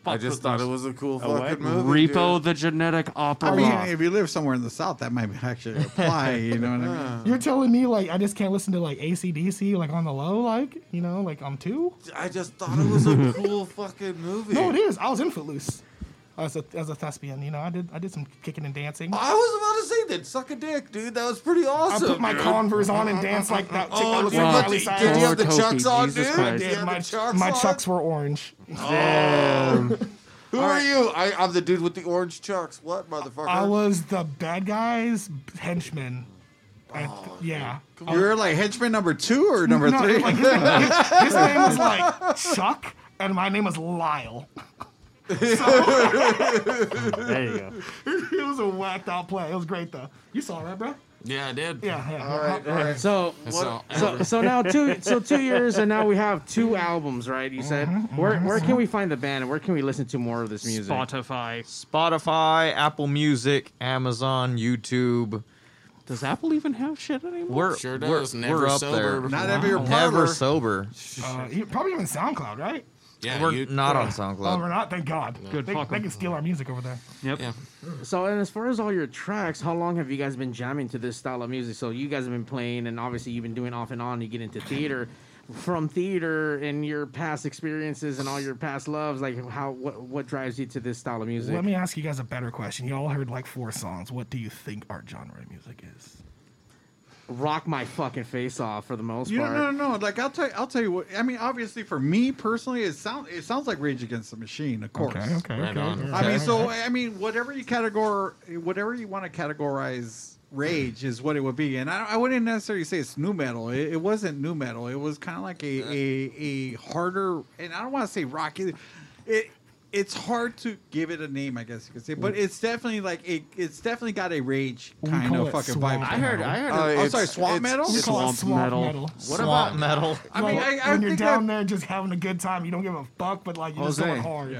I just thought it was a cool fucking movie. Oh, Repo dude. the Genetic Opera. I mean, if you live somewhere in the South, that might actually apply. You know what I mean? You're telling me like I just can't listen to like ACDC like on the low, like you know, like I'm two. I just thought it was a cool fucking movie. No, it is. I was in Footloose as a as a thespian. You know, I did I did some kicking and dancing. I was about to say that. Suck a dick, dude. That was pretty I awesome. put my dude. Converse on and danced like that. Chick Oh, that was dude, in but Miley did, Cyrus. did you have the Poor chucks Toki, on, Jesus dude? Christ. Did you Did have my, the chucks my on? Oh. chucks were orange. Who are you? I, I'm the dude with the orange chucks. What, motherfucker? I was the bad guy's henchman. I th- yeah. You were like henchman number two or number No, three? like, his, name, his- his name was like Chuck, and my name was Lyle. There you go. It was a whacked out play. It was great though. You saw it, right, bro? Yeah, I did. Yeah, yeah. So, So, so, so now two, so two years, and now we have two albums, right? You said. Where, where can we find the band, and where can we listen to more of this music? Spotify. Spotify, Apple Music, Amazon, YouTube. Does Apple even have shit anymore? We're Sure we're, does. we're Never up sober. there. Not every Never parlor. sober. Uh, you- probably even SoundCloud, right? yeah, We're you- not on Oh, SoundCloud. we're not. Thank God. Good They, fuck they 'em. can steal our music over there. Yep. Yeah. So, and as far as all your tracks, how long have you guys been jamming to this style of music? So, you guys have been playing, and obviously, you've been doing off and on. You get into theater. From theater and your past experiences and all your past loves, like how what what drives you to this style of music? Let me ask you guys a better question. You all heard like four songs. What do you think our genre of music is? Rock my fucking face off for the most You part. no, no, no. Like I'll tell, I'll tell you what. I mean, obviously, for me personally, it sounds it sounds like Rage Against the Machine, of course. Right on. I mean, so I mean, whatever you categor, whatever you want to categorize rage is what it would be, and I, I wouldn't necessarily say it's new metal. It, it wasn't new metal. It was kind of like a, a a harder, and I don't want to say rock. Either. It it's hard to give it a name, I guess you could say, but it's definitely like it, it's definitely got a rage kind call of it fucking swamp vibe. I heard- metal. I heard- Uh, oh, it's- sorry, swamp it's- metal. it's We call it swamp swamp metal. metal. What Swamp about metal. I mean, I, when you're down there just having a good time, you don't give a fuck, but like you're just going hard.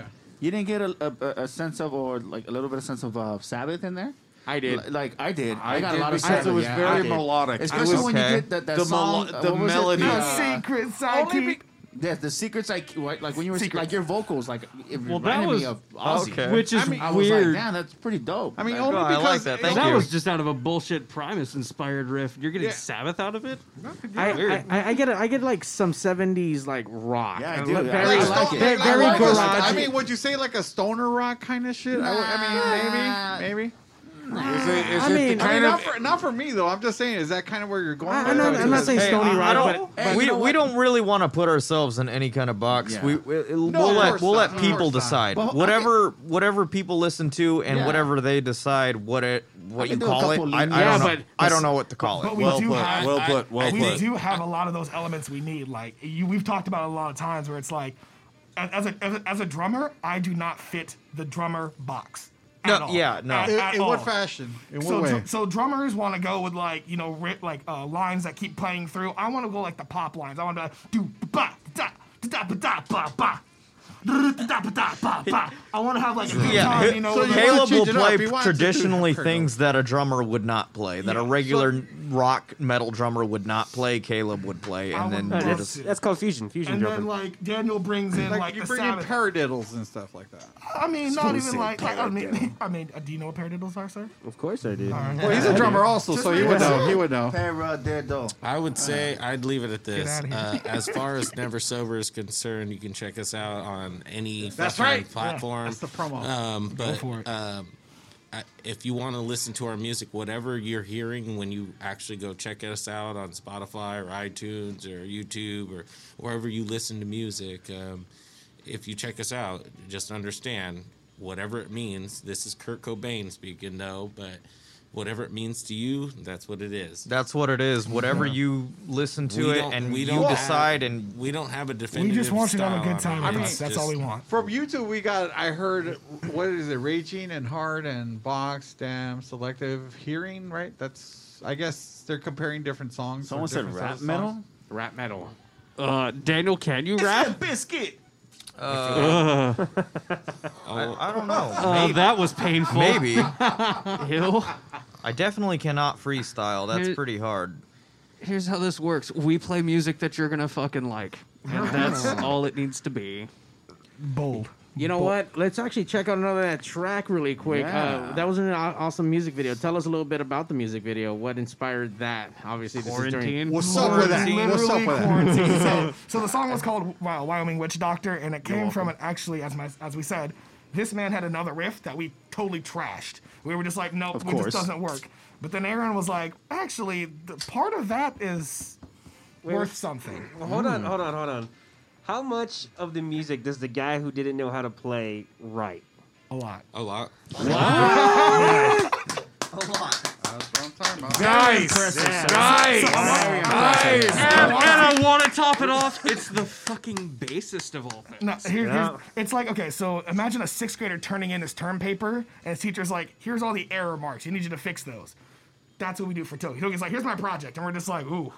you didn't get a, a, a sense of or like a little bit of sense of uh, Sabbath in there. I did. like I did. I, I got did a lot of because it Sabbath. was Yeah, very I did. melodic. I Especially was- when Okay. you did that, that The song. melo- uh, the what was it? melody. Uh, The secret sidekick. Yeah, the secret sidekick. Like when you were like your vocals, like it Well, that reminded was- me of Ozzy, okay. Which is I mean, I was weird. like, damn, that's pretty dope. I mean, Like, only because that was just out of a bullshit Primus inspired riff. You're getting Yeah. Sabbath out of it? I, Weird. I, I get it. I get like some '70s like rock. Yeah, I Uh, do. Very, I like it. very, I very like it. garage. I mean, would you say like a stoner rock kind of shit? I, would- I mean, maybe, maybe. Is it, is I it mean- the I mean, kind not of for, not for me though. I'm just saying, is that kind of where you're going? I- with I'm not- that? I'm not saying Hey, Stony I- I Rock, don't- but, we, we don't really want to put ourselves in any kind of box. Yeah. We, we we'll of let course we'll not. let Of people course not. decide Well, okay. whatever whatever people listen to and Yeah. whatever they decide what it what I can do you a call it. couple I, I don't lean- Yeah, know. but- I don't know what to call But it. we Well do put, have well put, well we put. do have a lot of those elements we need. Like you, we've talked about it a lot of times where it's like, a- as a as a, as a drummer, I do not fit the drummer box. at No, all. yeah, no. At- In- at In, in all. what fashion? In what So, way? dr- so drummers want to go with like you know ri- like uh, lines that keep playing through. I want to go like the pop lines. I want to like, do ba da da da ba da ba ba. da, da, da, ba, da, ba, ba. I want to have like a Mm. good yeah, time, you know. So with, you like, wanna Caleb will change it up. play He wants to do traditionally Kurt things that a drummer would not play, that a regular rock metal drummer would not play. Caleb would play, I and then would we'll love just to. That's called fusion. Fusion and jumping. then like Daniel brings in like, like, you the bring in Sabbath. paradiddles and stuff like that. I mean, not even like, like I mean, I mean, uh, do you know what paradiddles are, sir? of course I did. Well, he's a drummer also, so he would know. He would know. Paradiddle. I would say I'd leave it at this. outta here. Uh, as far as Never Sober is concerned, you can check us out on any That's fucking right. Yeah, platform. that's the promo. Um, but for it. Um, I, if you want to listen to our music, whatever you're hearing when you actually go check us out on Spotify or iTunes or YouTube or wherever you listen to music, um, if you check us out, just understand whatever it means. This is Kurt Cobain speaking, though, but whatever it means to you, that's what it is. That's what it is. Whatever you listen to We it don't- and we you don't have- decide, and We don't have a We definitive. just want you to have a style good time. on it. with It's us. That's just- all we want. From you two, we got. I heard what is it? Raging and hard and box damn selective hearing. Right. That's. I guess they're comparing different songs. or Someone said different rap sets of metal. songs. Rap metal. Uh, Daniel, can you rap? Uh, Oh, I, I don't know. Uh, that was painful. Maybe Ew. I definitely cannot freestyle. That's Here- pretty hard. Here's how this works. We play music that you're gonna fucking like. And that's all it needs to be. Bold. You know what? Let's actually check out another that track really quick. Uh, Yeah. that was an aw- awesome music video. Tell us a little bit about the music video. What inspired that? Obviously, this is during Quarantine. What's up with that? Literally What's up with that? quarantine. so, so the song was called Wy- Wyoming Witch Doctor, and it came from an actually, as my, as we said, this man had another riff that we totally trashed. We were just like, nope, it course. just doesn't work. But then Aaron was like, actually, the part of that is worth something. Hold Hmm. on, Hmm. hold on, hold on. How much of the music does the guy who didn't know how to play write? A lot. A lot. Nice. Nice. Nice. And, and I want to top it off. It's the fucking bassist of all things. No, here, Yeah. here's, it's like okay, so imagine a sixth grader turning in his term paper, and his teacher's like, "Here's all the error marks. You need you to fix those." That's what we do for Toki. Toki's like, "Here's my project," and we're just like, "Ooh,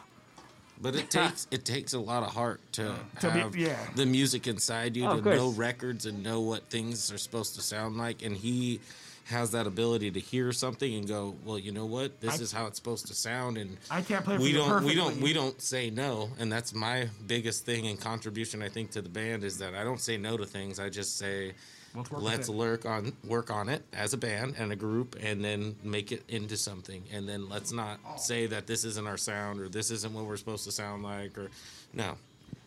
But it takes it takes a lot of heart to To be- have yeah. the music inside you Oh, to of course. know records and know what things are supposed to sound like. And he has that ability to hear something and go, well, you know what? This I- is how it's supposed to sound. And I can't play for we you don't we perfectly. don't we don't say no. And that's my biggest thing and contribution I think to the band is that I don't say no to things. I just say. Let's work with Let's, it." lurk on work on it as a band and a group, and then make it into something. And then let's not Oh. say that this isn't our sound or this isn't what we're supposed to sound like. Or no,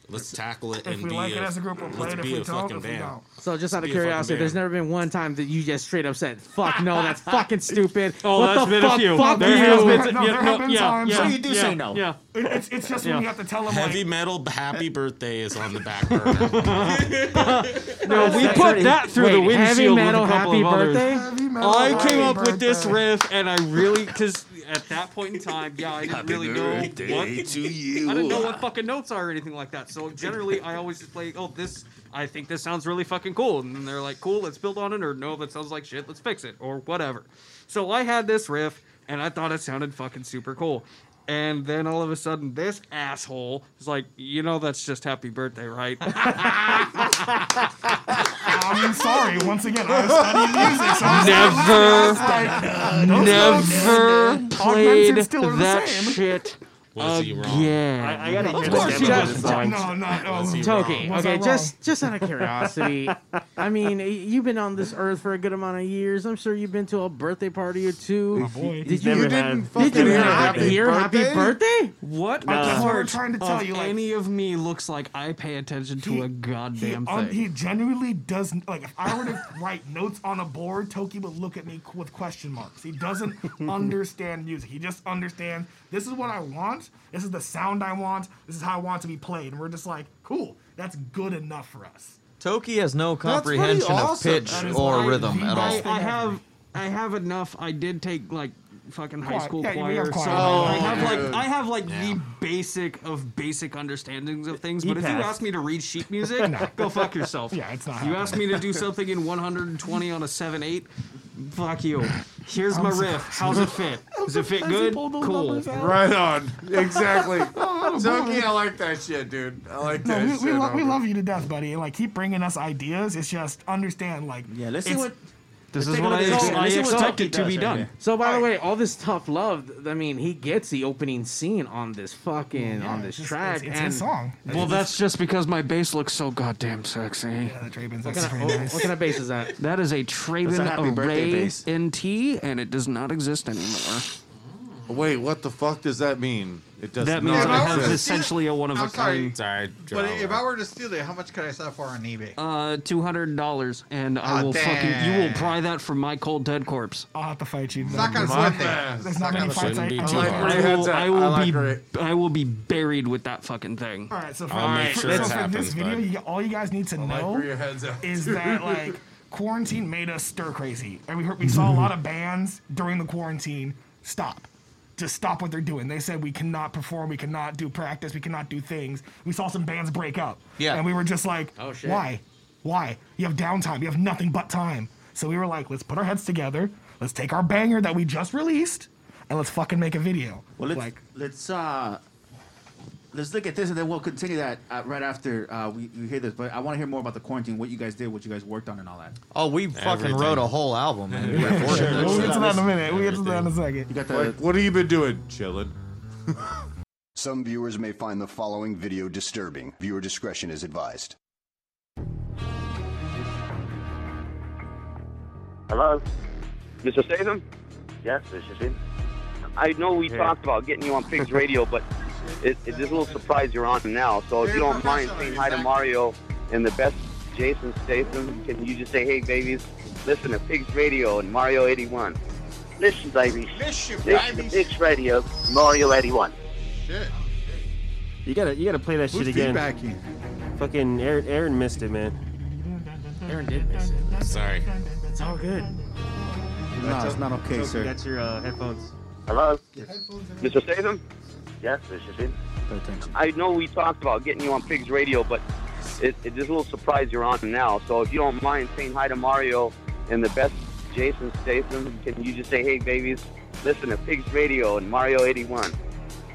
let's tackle it if and we be like a, it as a group, we'll play let's it. If be we a don't, fucking if we band. don't." So just out of Be a fucking curiosity, there's band. never been one time that you just straight up said, "Fuck no, that's fucking stupid." Oh, what that's the been a fuck? few. Fuck There you. has been No, yeah, there have been yeah, times- yeah, So you do yeah, say no. Yeah. It- it's it's just when Yeah. you have to tell them Heavy like, metal, happy birthday is on the back burner. No, we put that through the Wait, windshield heavy metal, with a couple happy of others. birthday. "Heavy metal, I came happy up with this birthday." riff, and I really because at that point in time, yeah, I didn't Happy really know what birthday to you. I didn't know what fucking notes are or anything like that. So generally, I always just play, oh, this. I think this sounds really fucking cool, and they're like, cool, let's build on it, or no, that sounds like shit, let's fix it, or whatever. So I had this riff, and I thought it sounded fucking super cool. And then all of a sudden, this asshole is like, you know, that's just happy birthday, right? I'm sorry. Once again, I studied music. So I'm Never, sorry. never played Augments and Stiller the that same. shit Leslie, wrong. again. I- I gotta Of hear the demo course he to does. this song. No, no, no. Leslie, wrong. Toki, Was I okay, wrong? just just out of curiosity, I mean, y- you've been on this earth for a good amount of years. I'm sure you've been to a birthday party or two. boy. Did Never you had- didn't never did you had not birthday. hear happy birthday? What No. That's what we're part trying to tell of you, like- any of me looks like I pay attention to He- a goddamn he, un- thing? he genuinely doesn't like. If I were to write notes on a board, Toki would look at me qu- with question marks. He doesn't understand music. He just understands this is what I want. This is the sound I want. This is how I want to be played. And we're just like, cool. That's good enough for us. Toki has no pretty comprehension of awesome. pitch That is or why rhythm the at most all. I, I have, I have enough. I did take like fucking high Choir. school Yeah, we choir, have choir. so Oh, I have dude. like I have like the basic of basic understandings of things. But if you passed. ask me to read sheet music, go fuck yourself. Yeah, it's not You ask me to do something in 120 on a 7/8. Fuck you. Here's my riff. How's it fit? Does it fit good? pulled those Cool. numbers out. Oh, Right on. Exactly. Zoki, I like that shit, dude. I like No, that we, shit. we, lo- we Albert. love you to death, buddy, and like keep bringing us ideas. It's just understand, like Yeah, let's see it's- what. This Let's is take a what look I, at this. I Let's see what expected Toki to be does done. right So by the way, all this tough love. th- I mean, he gets the opening scene on this fucking on this it's just- track. It's, it's and his song. Well, that's just because my bass looks so goddamn sexy. Yeah, the Trabans. What That's kind, pretty of, nice. what kind of bass is that? That is a Traven That's a happy birthday Array bass. NT, and it does not exist anymore. Wait, what the fuck does that mean? It does That means not I have exist. essentially a one of a I'm sorry. kind. Sorry, But Joe. if I were to steal it, how much could I sell for on eBay? Uh, two hundred dollars, and I Ah, will fucking you will damn. pry that from my cold dead corpse. I'll have to fight you. Not gonna My slip there. bad. There's not many fights I, Shouldn't be I too like. hard. I Where heads will, at? I will I like be her. I will be buried with that fucking thing. All right, so for, I'll make for- sure it so for happens, this video, bud. you, all you guys need to Like, know where your head's at. is that like quarantine made us stir crazy, and we heard we saw a lot of bands during the quarantine stop. Just stop what they're doing. They said we cannot perform, we cannot do practice, we cannot do things. We saw some bands break up. Yeah. And we were just like, Oh, shit. why? Why? You have downtime. You have nothing but time. So we were like, let's put our heads together. Let's take our banger that we just released and let's fucking make a video. Well, let's like, let's uh let's look at this, and then we'll continue that uh, right after uh, we, we hear this. But I want to hear more about the quarantine, what you guys did, what you guys worked on, and all that. Oh, we fucking Everything. wrote a whole album. And recorded it. we'll get to that in a this- minute. We'll get to that in a second. You got the Like, what have you been doing? Chilling. Some viewers may find the following video disturbing. Viewer discretion is advised. Hello? Mr. Statham? Yes, this is him. I know we talked about getting you on Pigs Radio, but it, it's just a little surprise you're on now. So if you don't mind saying hi to Mario and the best Jason Statham, can you just say, hey, babies, listen to Pigs Radio and Mario 81. Listen, babies. Mission, Listen to Pigs Radio, Mario 81. Shit. You gotta, you gotta play that Who's shit again. feedbacking? Fucking Aaron, Aaron missed it, man. Aaron did miss it. Sorry. It's all good. no, it's not okay, Toki, sir. that's your uh, headphones. Hello? Mr. Statham? Yes, this is him. Pay attention. I know we talked about getting you on Pigs Radio, but it, it's just a little surprise you're on now. So if you don't mind saying hi to Mario and the best Jason Statham, can you just say, hey, babies, listen to Pigs Radio and Mario 81?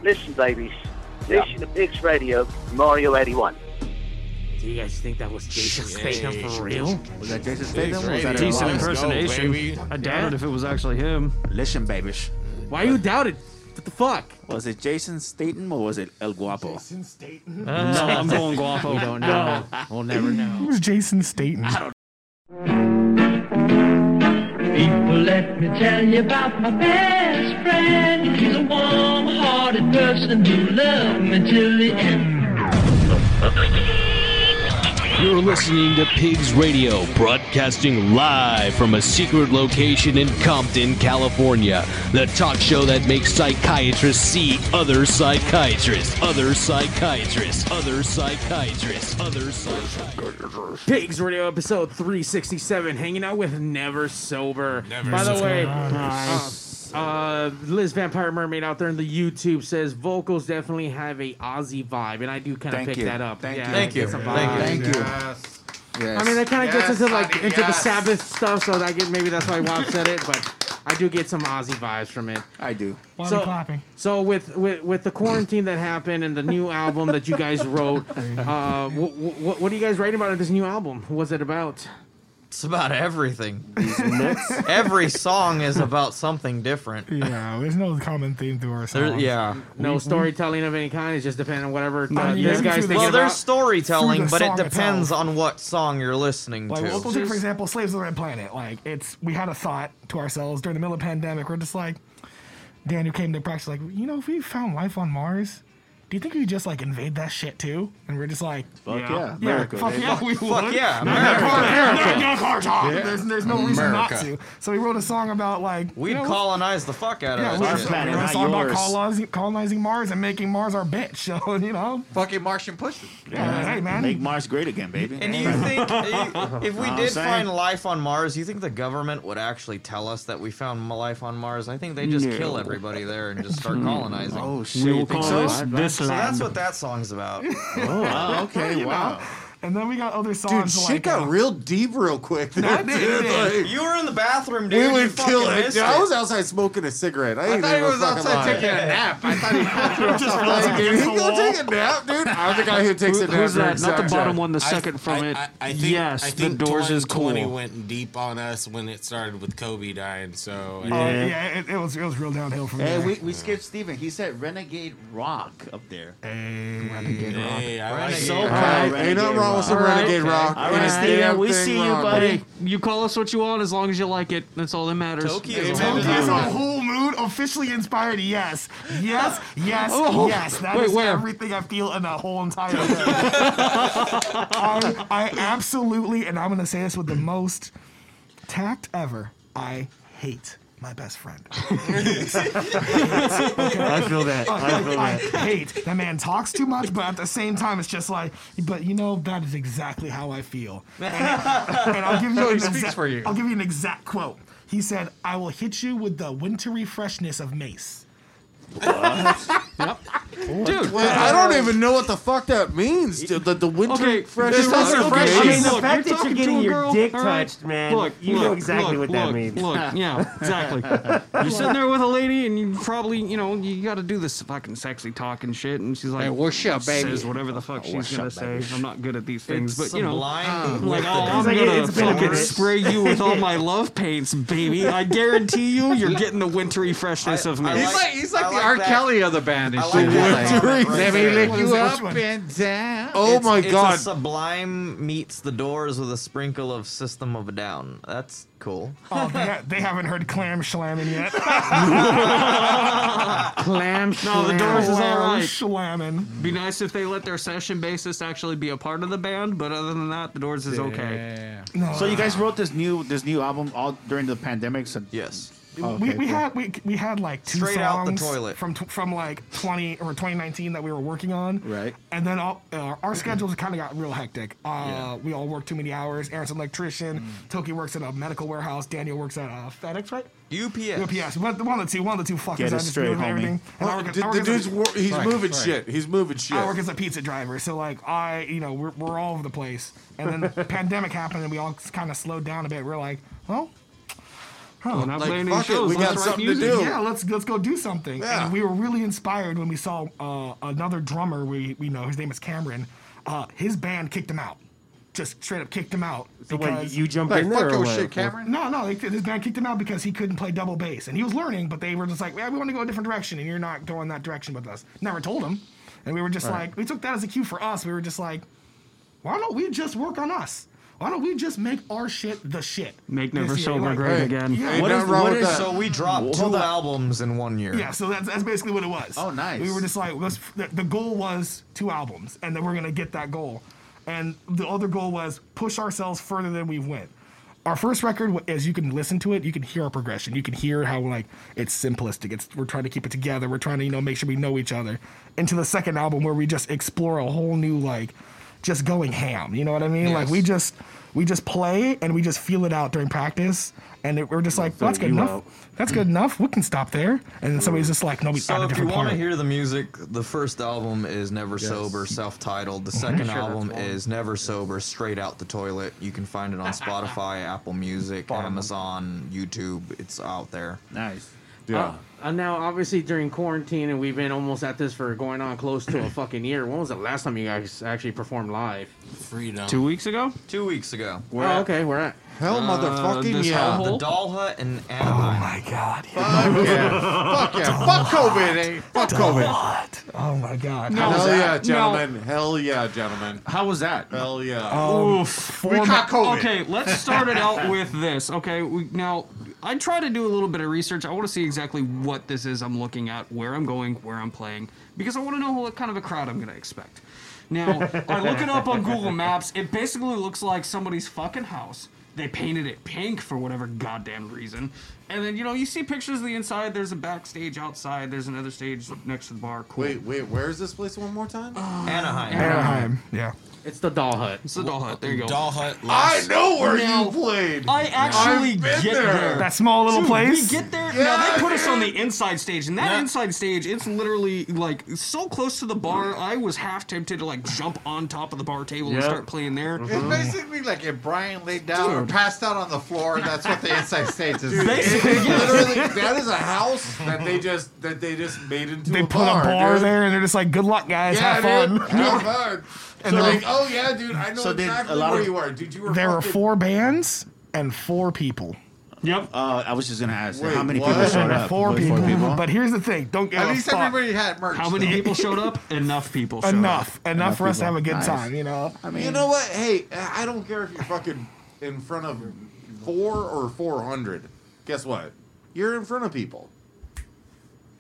Listen, babies. Listen to Pigs Radio, Mario 81. Do you guys think that was Jason Statham for real? Was that Jason Statham? or Was that Radio. Aaron Decent Rodgers? impression. impersonation. I doubt it if it was actually him. Listen, babish. Why you doubted? What the fuck? Was it Jason Statham or was it El Guapo? Jason Statham. Uh, no, I'm going Guapo. We don't know. We'll never know. Who's Jason Statham? People, let me tell you about my best friend. He's a warm-hearted person who loved me till the end. You're listening to Pigs Radio, broadcasting live from a secret location in Compton, California. The talk show that makes psychiatrists see other psychiatrists, other psychiatrists, other psychiatrists, other psychiatrists. Pigs Radio episode 367, hanging out with Never Sober. Never Oh, By the Sober. way, Uh, Liz Vampire Mermaid out there in the YouTube says vocals definitely have a Aussie vibe, and I do kind of Thank pick you. that up. Thank Yeah, you. Thank you. it's a Thank you. vibe. Thank you. Yes. Yes. I mean, that kind of Yes, gets into like honey, into the yes. Sabbath stuff, so that get, maybe that's why Wob said it, but I do get some Aussie vibes from it. I do. While we're clapping. So with, with with the quarantine that happened and the new album that you guys wrote, uh, what, what what are you guys writing about in this new album? What's it about? It's about everything. Every song is about something different. Yeah, there's no common theme through our There- songs. yeah. No We- storytelling of any kind. It's just depending on whatever uh, I mean, this yeah, guy's thinking Well, about. there's through storytelling, the but it song depends itself. on what song you're listening Like, we'll, we'll to. take, for example, Slaves of the Red Planet. Like, it's we had a thought to ourselves during the middle of the pandemic. We're just like, Daniel came to practice, like, you know, if we found life on Mars, do you think we just like invade that shit too? And we're just like, Fuck yeah, yeah, America. fuck They- yeah, we fuck would. yeah, Not that far, America. America. Not that far, Yeah. There's, there's no reason not to. America. So we wrote a song about like We'd you know, colonize the fuck out Yeah, of we that wrote a shit. song- we wrote a song about colonizing, colonizing Mars and making Mars our bitch. So you know, fucking Martian pussy. Yeah, hey man, Make Mars great again, baby. And do you think i- if Know we what I'm did saying? find life on Mars, you think the government would actually tell us that we found m- life on Mars? I think they just kill No. everybody there and just start colonizing. Oh, shit, We will you think so? colonize this So that's land. what that song's about. Oh, wow, okay, You know? wow. And then we got other Dude, songs. shit like, got uh, real deep real quick. There, did dude. it. Like, You were in the bathroom, dude. we you would fucking kill it. missed Dude, I was outside smoking a cigarette. I, I ain't thought he even was fucking outside lying. taking a nap. I thought he was Just outside like, dude, taking he a go nap. take a nap, dude. I'm the guy who takes Who- a nap. who's during that? Not the sex. bottom one, the second from it. yes, the Doors is cool. 2020 went deep on us when it started with Kobe dying. So Oh, yeah, it, it was it was real downhill from Hey, there. we, we skipped Steven. He said Renegade Rock up there. Renegade Hey, I like So it. cool. Renegade Rock. All right, okay. All right, Steven, Steven, we thing see you, wrong, buddy. You call us what you want as long as you like it. That's all that matters. Tokyo's the whole mood officially inspired yes, yes, yes, Oh. yes. That is Wait, where? everything I feel in that whole entire day. I, I absolutely, and I'm gonna say this with the most tact ever. I hate my best friend. I feel that. I feel I that. hate that man talks too much, but at the same time, it's just like, but you know, that is exactly how I feel. And, uh, and I'll give you He an speaks exact, for you. I'll give you an exact quote. He said, "I will hit you with the wintry freshness of mace." Dude, Well, I don't even know what the fuck that means. dude. The, the winter okay, fresh. This doesn't fresh. I mean, Look, the you're fact that talking you're to getting a your girl, dick all right? touched, man, Look, you know look, exactly look, what that look, means. Look, yeah, exactly. You're sitting there with a lady, and you probably, you know, you got to do this fucking sexy talk and shit, and she's like, Hey, what's up, baby? Says whatever the fuck Oh, she's what's gonna up, say. baby? I'm not good at these things, It's but you know, sublime like, with oh, the- I'm It's like, gonna it's been a fucking minute. spray you with all my love paints, baby. I guarantee you, you're getting the wintry freshness of me. He's like, he's like the R. Kelly of the band. I like that comment right Let me there. lick you up and down. Oh It's- my it's a god. Sublime meets the Doors with a sprinkle of System of a Down. That's cool. Oh, they, ha- they haven't heard clam slamming yet. Clam No, the Doors is all right. Slamming. Be nice if they let their session bassist actually be a part of the band, but other than that, the Doors is okay. So you guys wrote this new this new album all during the pandemic? So yes. Oh, we, we had we, we had like two Straight out the songs toilet. from tw- from like 20 or 2019 that we were working on. Right. And then all, uh, our schedules kind of got real hectic. Uh, We all worked too many hours. Aaron's an electrician. Mm. Toki works at a medical warehouse. Daniel works at uh, FedEx, right? UPS. UPS. One of the- one of the two. One of the two fuckers. Get it I just straight, moved homie. everything. And I Well, work at- the- I work the as a- dude's wor- he's Right, moving right. shit. He's moving I work as a pizza driver, so like I, you know, we're, we're all over the place. And then the pandemic happened, and we all kind of slowed down a bit. We're like, well, huh, We're not Like, playing any fuck it, shows, we let's got write something to music. do. Yeah, let's let's go do something. Yeah. And we were really inspired when we saw uh, another drummer. We we know his name is Cameron. Uh, his band kicked him out, just straight up kicked him out. So what, you jumped Like, in there fuck or your what? shit, Cameron? No, no, they, his band kicked him out because he couldn't play double bass, and he was learning, but they were just like, yeah, we want to go a different direction, and you're not going that direction with us. Never told him, and we were just Right. like, we took that as a cue for us. We were just like, why don't we just work on us? Why don't we just make our shit the shit? Make this Never year? Sober Like, great again. Yeah. What is, what is, so we Hold dropped two on. albums in one year. Yeah, so that's, that's basically what it was. Oh, nice. We were just like, let's, the, the goal was two albums, and then we're gonna get that goal. And the other goal was push ourselves further than we went. Our first record, wa- as you can listen to it, you can hear our progression. You can hear how like it's simplistic. It's we're trying to keep it together. We're trying to you know make sure we know each other. Into the second album where we just explore a whole new like just going ham. You know what I mean? Like we just we just play and we just feel it out during practice, and it, we're just like, Fill that's good you enough. out. That's good enough. We can stop there. And then somebody's just like, no, Oh, we so found a if you different want part. to hear the music, the first album is Never Sober, self-titled. The Mhm. second Sure, that's album one. is Never Sober, straight out the toilet. You can find it on Spotify, Apple Music, Amazon, YouTube. It's out there. Nice. Uh, and now, obviously, during quarantine, and we've been almost at this for going on close to a fucking year. When was the last time you guys actually performed live? Freedom. Two weeks ago. Two weeks Uh, ago. oh, okay. We're at Hell, motherfucking yeah. The doll hut in Anaheim. Oh my god. Fuck Fuck yeah. Fuck COVID, eh? Fuck COVID. Oh my god. Hell yeah, gentlemen. Hell yeah, gentlemen. How was that? Hell yeah. Oof. Um, We caught COVID. Okay, let's start it out with this. Okay, we, now I try to do a little bit of research. I want to see exactly what this is I'm looking at, where I'm going, where I'm playing, because I want to know what kind of a crowd I'm going to expect. Now, I look it up on Google Maps. It basically looks like somebody's fucking house. They painted it pink for whatever goddamn reason. And then, you know, you see pictures of the inside. There's a backstage outside. There's another stage next to the bar. Cool. Wait, wait, where is this place one more time? Anaheim. Anaheim. Yeah. It's the doll hut. It's the doll hut. There you go. Doll hut. I know where Now, you played. I actually I've get been there. That small little Dude, place? We get there. Yeah, now they put us on dude. the inside stage, and that Yeah. inside stage, it's literally like so close to the bar. I was half tempted to like jump on top of the bar table Yep. and start playing there. It's Mm-hmm. basically like if Brian laid down or Dude. passed out on the floor. That's what the inside stage is. Dude, basically, literally, that is a house that they just that they just made into They a put bar. a bar dude. there, and they're just like, good luck, guys. Yeah, have fun. dude. Have fun. And And there they're were- like, oh yeah, dude, I know So did a exactly lot where of- you are, dude. You were there were fucking- four bands and four people. Yep. Uh, I was just gonna ask Wait, how many what? people showed There were up. Four But people. But here's the thing: don't get At a least fuck. everybody had merch. How many though. people showed up? Enough people. Showed enough, enough, Up. for us to have a good Nice. time. You know. I you know what? Hey, I don't care if you're fucking in front of four or four hundred. Guess what? You're in front of people.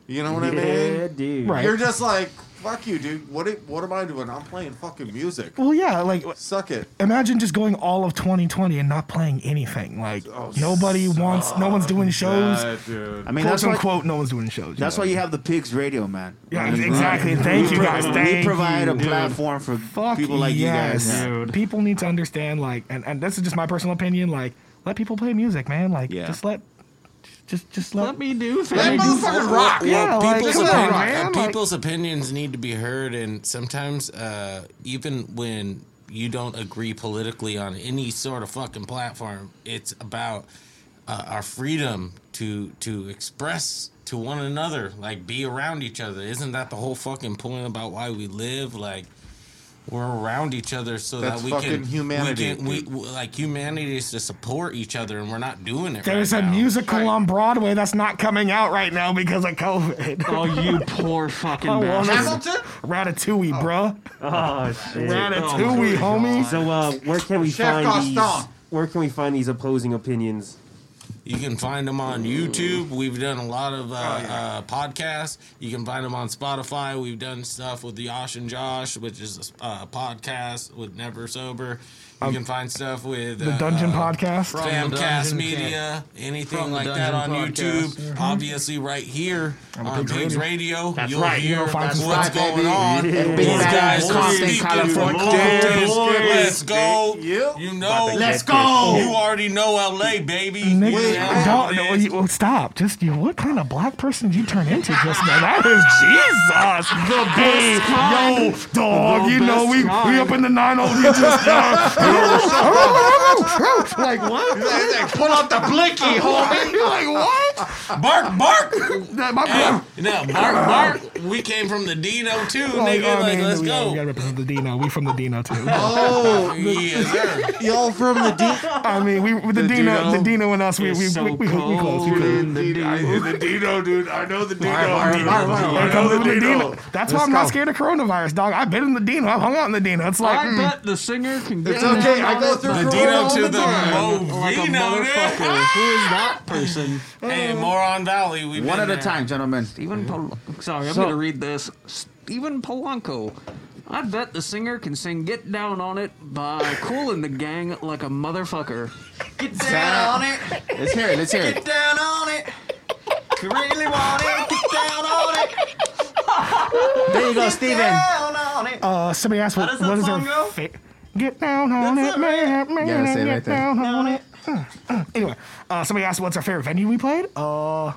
You know what I mean? Yeah, dude. Right. You're just like, fuck you, dude. What it, what am I doing? I'm playing fucking music. Well, yeah, like Suck it. imagine just going all of 2020 and not playing anything. Like Oh, nobody wants, no one's doing shows. that, dude. I mean, Quote that's why- unquote, no one's doing shows. That's know? why you have the Pigs Radio, man. Yeah, I mean, exactly. we- Thank we you pro- guys. Thank we provide you, a dude. platform for Fuck people like you yes. guys. man. People need to understand, like, and, and this is just my personal opinion. Like, let people play music, man. Like, Yeah. just let, just just let. Let me do Let things. motherfuckers rock. Yeah, Well, like, people's, come on, opinion- man. Like, people's opinions need to be heard, and sometimes, uh, even when you don't agree politically on any sort of fucking platform, it's about uh, our freedom to to express to one another, like be around each other. Isn't that the whole fucking point about why we live? Like. We're around each other so That's that we fucking can humanity, We, can, we we- like humanity is to support each other, and we're not doing it. there's right a now. musical on Broadway that's not coming out right now because of COVID. Oh, you poor fucking I wanna- bastard. Hamilton? Ratatouille, bruh. Oh shit. Ratatouille, Oh, homie. So uh, where can we Chef find these? Gaston. Where can we find these opposing opinions? You can find them on YouTube. We've done a lot of uh, Oh, uh, podcasts. You can find them on Spotify. We've done stuff with Yosh and Josh, which is a uh, podcast with Never Sober. You can find stuff with Um, The uh, Dungeon uh, Podcast. Famcast Dungeon Media, anything From the like that on Dungeon Podcast. Mm-hmm. YouTube. Obviously, right here on Pigs Pigs Radio. Radio, That's you'll right, hear you'll find what's some going stuff, baby. on. Yeah. These Yeah. guys Yeah. are speaking from California. Compton. Yeah. Let's go. Yeah. You know, Let's go. You already know LA, baby. Nick, You know how don't it no, is. you, well, stop. Just you. What kind of black person did you turn into just now? That is Jesus. The hey, yo, dog. The you know best we we kind. up in the nine oh. You just uh, like what? Pull out the blinky, homie. You're like what? Bark, bark. That- my Hey, no, Mark, Mark, we came from the Dino too, Oh, nigga. oh, like, man, let's we, gotta- we go. gotta represent the Dino. We from the Dino too. Oh, Yeah, sir. y'all from the D. I mean, we with the, The Dino, Dino the Dino and us. We is we so we, we, we close. We cold close. in Dude, I, the Dino, dude. I know the Dino. I Here comes know the the Dino. Dino. That's why I'm not scared of coronavirus, dog. I've been in the Dino. I've hung out in the Dino. It's like, I mm, bet the singer can get It's down okay. on I go it through Corona The Dino all to the the time. like a Movino, motherfucker. nigga. Who is that person? Hey, Moron Valley, we've One at been a there. time, gentlemen. Stephen Pol- Sorry, I'm So- going to read this. Stephen Polanco. I bet the singer can sing Get Down on It by Cool and the Gang like a motherfucker. Get down on it. Let's hear it. Let's hear it. Get down on it. If you really want it, get down on it. There you go, Get Steven. Oh. down on on it. Uh, somebody asked How what, does what that is her song go? fa- Get down on it, man, man, Yeah, say it get right there. down on it. Uh, uh, Anyway, uh, somebody asked what's our favorite venue we played. Uh,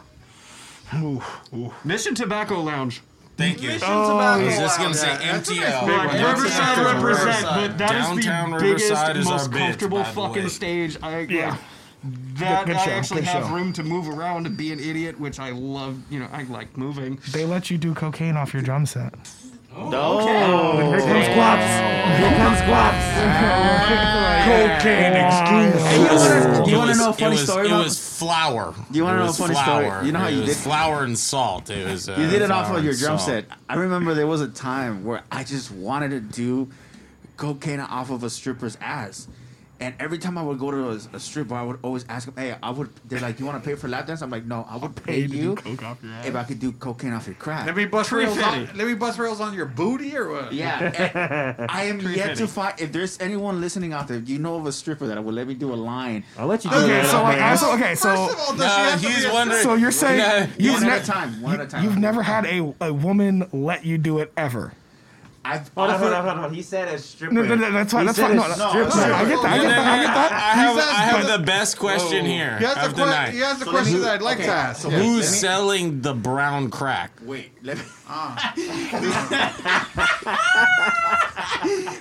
ooh, ooh. Mission Tobacco Lounge. Thank you. Mission Tobacco I was just gonna Lounge. say Yeah, that's a nice MTL. big one. Like, Riverside Riverside represent, Riverside. but that is Downtown the Riverside biggest, is our most bitch, comfortable by the fucking way. stage. I Yeah. yeah. That Good- good I show, actually good have show. room to move around and be an idiot, which I love. You know, I like moving. They let you do cocaine off your drum set. Oh, Here comes Guaps. Here comes Ah. Guaps. Cocaine It you want to was- know a funny it was, story? It about- was flour. You wanna It know a was funny story? flour. You know how It you was did- flour and salt. It was. Uh, you did it off flour of your and drum salt. set. I remember there was a time where I just wanted to do cocaine off of a stripper's ass. And every time I would go to a, a strip bar, I would always ask them, "Hey, I would." They're like, "You want to pay for lap dance?" I'm like, "No, I would pay pay to do you coke off your ass." if I could do cocaine off your crack." Let me bust rails on, Tree-fitty. let me bust rails on your booty or what? Yeah, and I am yet to Tree-fitty. find. If there's anyone listening out there, you know of a stripper that would let me do a line. I'll let you do Okay, that, so, like, man. also- okay, so- First of all, does she No, have to he's be a wondering- stripper? So you're saying No, you've one at ne- a time, one at a time. You've never had a, a woman let you do it ever. I've Hold on, hold on, hold on. He said a stripper. No, no, no, that's fine, He that's said fine. a No, no, no, stripper. no, no, I get that, I get that, I get that. I have, He's I have asking- the best question here. He has of a the que- night. he has a So let question me- that I'd like okay, to ask. so let me- Who's let me- selling the brown crack? Wait, let me.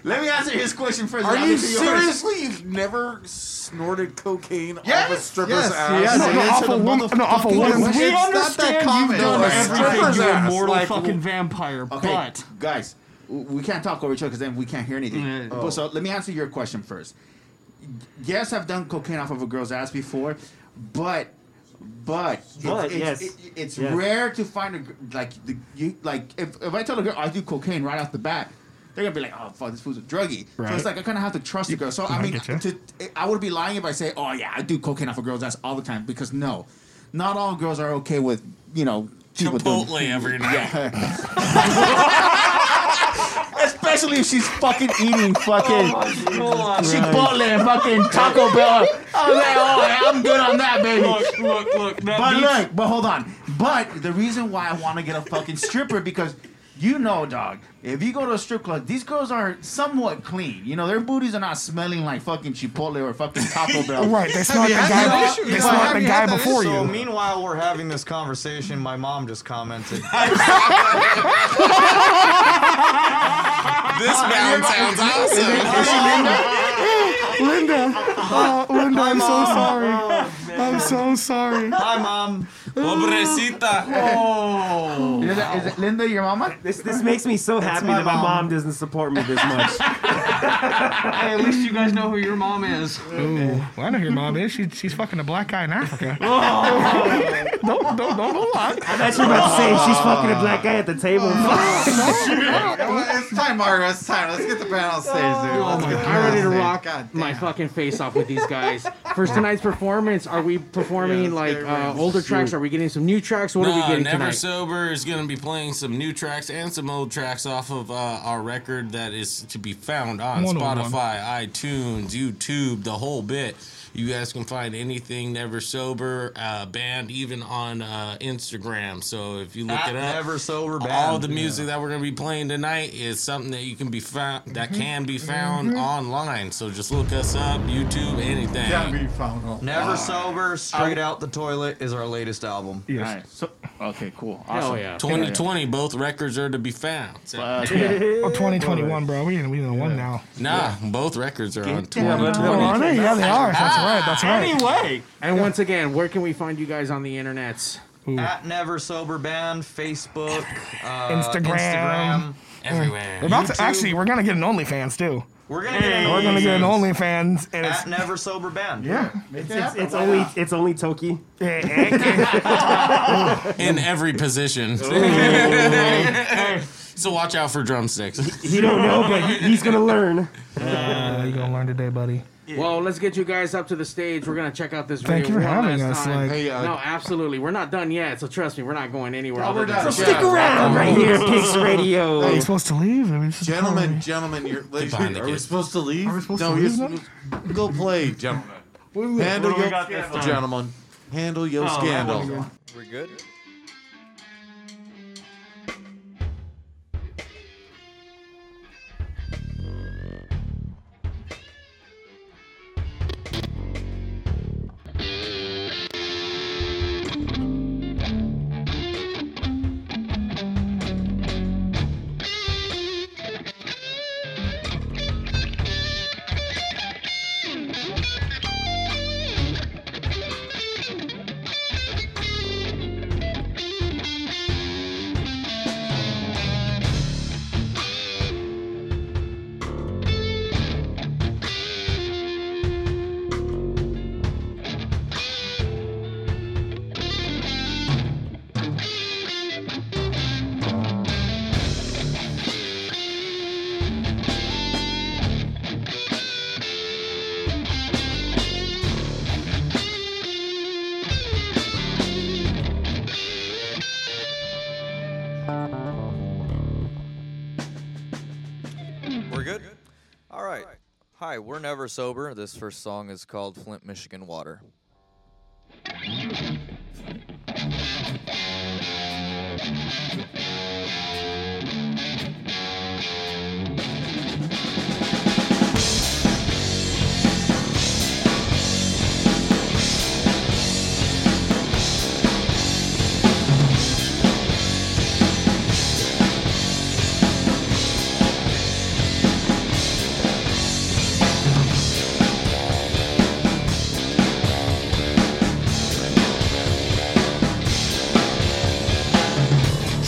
let me answer his question first. Are I'll you answer yours. seriously? You've never snorted cocaine off a Yes, stripper's yes, ass? yes, No, no, yes. off a woman- no, off a woman. It's We not that understand common. you've done No, a everything, stripper's you ass, immortal like, fucking vampire. Okay, But guys, w- we can't talk over each other because then we can't hear anything. But So let me answer your question first. Yes, I've done cocaine off of a girl's ass before, but but But, it's, yes. it's, it- it's Yes. rare to find a gr- like the, you like if, if I tell a girl I do cocaine right off the bat. They're gonna be like, "Oh fuck, this fool's a druggie." So Right. it's like I kind of have to trust the girl. So I I mean, getcha. to, I would be lying if I say, "Oh yeah, I do cocaine off a girl's ass all the time," because no, not all girls are okay with you know people doing- Chipotle every night. Yeah. Especially if she's fucking eating fucking Chipotle and fucking Taco Bell. I was like, oh, yeah, I'm good on that, baby. Look, look, look. that but beats- look, but hold on. But the reason why I want to get a fucking stripper because you know, dog, if you go to a strip club, these girls are somewhat clean. You know, their booties are not smelling like fucking Chipotle or fucking Taco Bell. Right, they smell like You the had guy. that issue, They you smell know, like the you guy had that before Oh, issue. So you. meanwhile, we're having this conversation. My mom just commented. This man sounds Linda, oh, Linda, I'm so Mom. sorry. I'm so sorry. Oh. Hi, mom. Oh. Is it- is it Linda your mama? This this makes me so happy my that my mom. mom doesn't support me this much. Hey, at least you guys know who your mom is. Ooh, well, I know who your mom is. She, she's fucking a black guy in Africa. Oh, don't, don't, don't, don't lie. I thought you were about to say she's fucking a black guy at the table. Well, it's time, Mario. It's time. Let's get the band on stage, dude. Let's get the Oh I'm ready to band rock on stage. my fucking face off with these guys. For tonight's performance, are we performing like uh, older tracks? Are we getting some new tracks? What no, are we getting Never tonight? Sober is going to be playing some new tracks and some old tracks off of uh, our record that is to be found on 101. Spotify, iTunes, YouTube, the whole bit. You guys can find anything Never Sober uh, band even on uh, Instagram. So if you look At it up, Never Sober Band. all the music that we're going to be playing tonight is something that you can be found that can be found online. So just look us up, YouTube, anything. Can be found on. Never sober, straight out the toilet is our latest album. Yes. All right. So, okay, cool. Awesome. Awesome. yeah. 2020, both records are to be found. So- Or 2021, Oh, bro. We in, we in one now. Nah, both records are on Yeah, twenty Ah. they're on it. twenty. Yeah, they are. That's right. That's right. Anyway, And once again, where can we find you guys on the internets? At Never Sober Band, Facebook, uh, Instagram. Instagram. Everywhere. We're about YouTube. to actually. We're gonna get an OnlyFans too. We're gonna get an We're gonna get an OnlyFans. OnlyFans, and it's At Never Sober Band. yeah. It's, it's, it's only it's only Toki. In every position. so watch out for drumsticks. He don't know, but he, he's gonna learn. Uh, you gonna learn today, buddy. Well, let's get you guys up to the stage. We're gonna check out this Thank video you for one having last us, time. like- Hey, uh, no, absolutely. We're not done yet, so trust me, we're not going anywhere. No, other we're than not. that. So stick around right here, Pigs Radio. Are you supposed to leave? Are we supposed to- Gentlemen, gentlemen, you're, ladies, Goodbye, are we Nick. supposed to leave? Are we supposed no, to you're leave supposed to go play, gentlemen. Handle What do we your got this scandal, time? gentlemen. Handle your Oh, that scandal. wasn't good. We're good. Thank We're good? All right. Hi, we're Never Sober. This first song is called Flint, Michigan Water.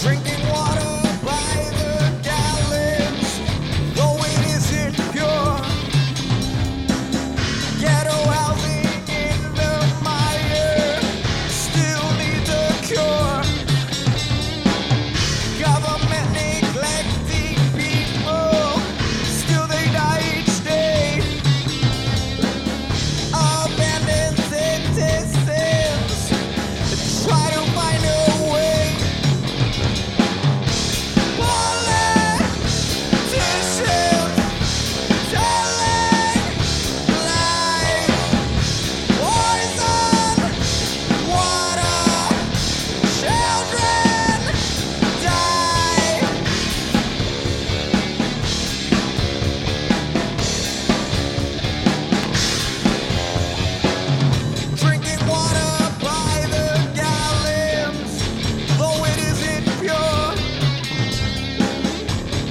Drinking water by the gallons, though it isn't pure. Ghetto housing in the mire still needs a cure. Government neglecting people, still they die each day. Abandoned citizens try to find a way. Drinking water by the gallons, though it isn't pure.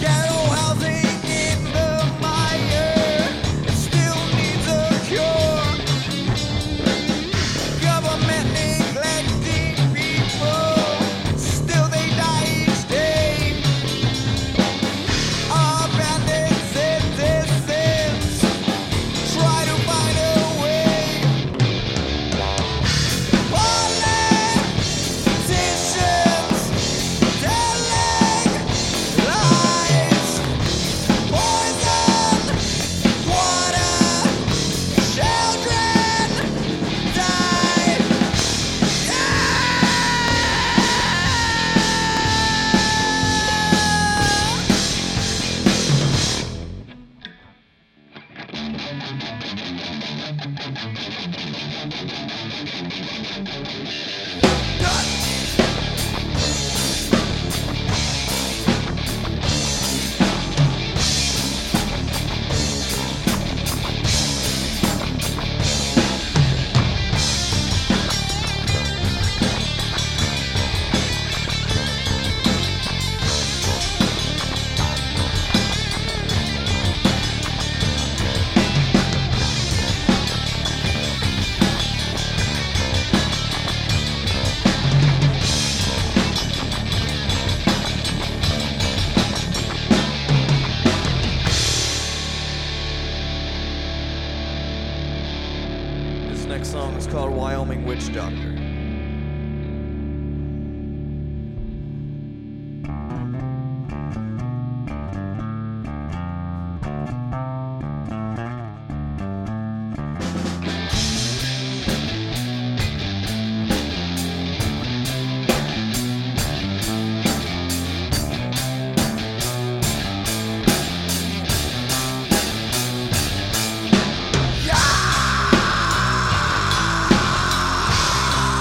Ghetto housing in the mire, it still needs a cure. Government neglecting people, still they die each day. Abandoned citizens try to find a way. Politicians telling lies, poison, water, children die. This next song is called Wyoming Witch Doctor. Yeah!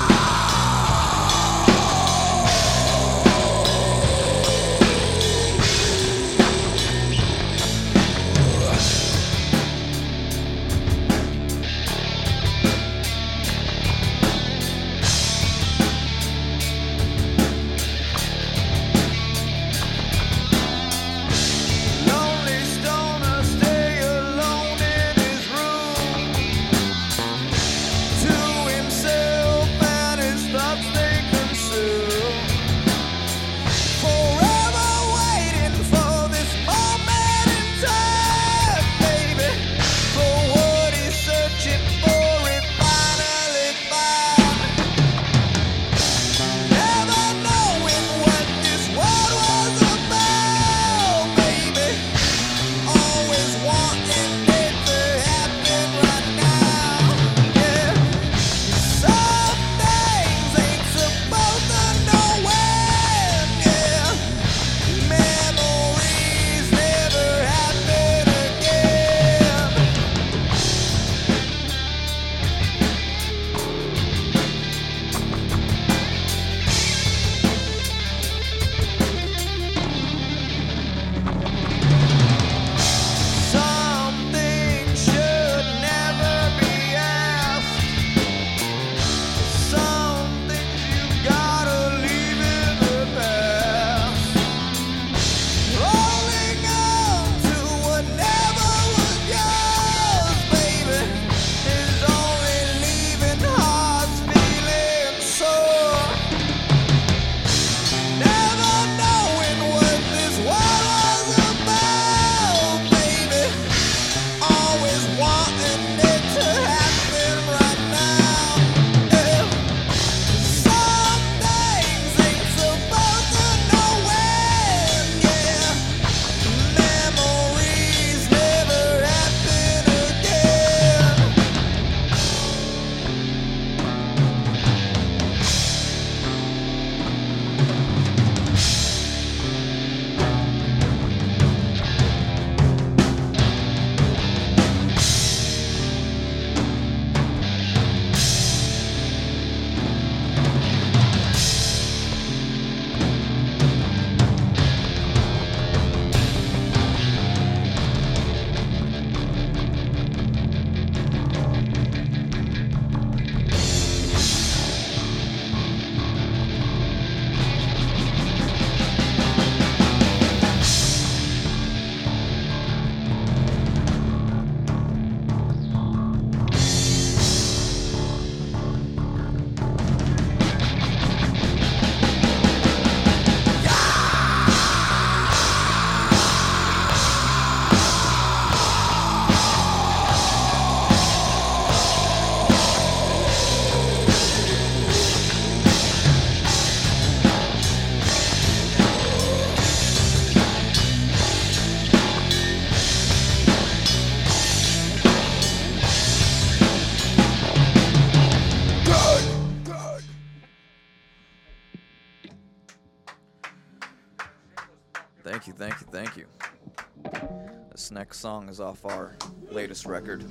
This next song is off our latest record.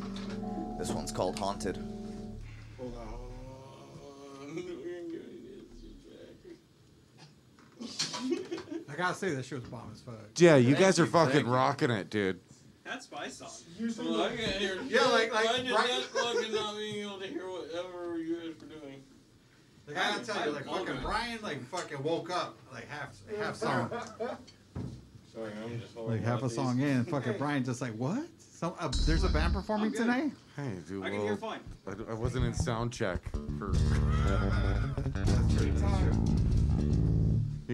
This one's called Haunted. I gotta say, this shit was bomb as fuck. Yeah, you guys are fucking rocking it, dude. That's my song. Well, I can't hear. Yeah, like, like, Mine just right- not plugging, not being able to hear whatever you guys were doing. Like, I gotta tell you, like, fucking Brian, like, fucking woke up, like, half, half song. Sorry, I'm just Like, half a song in, fucking Brian just like what? Some uh, there's a band performing I'm good. today. Hey, dude. I can well, hear fine. I, I wasn't in sound check for. you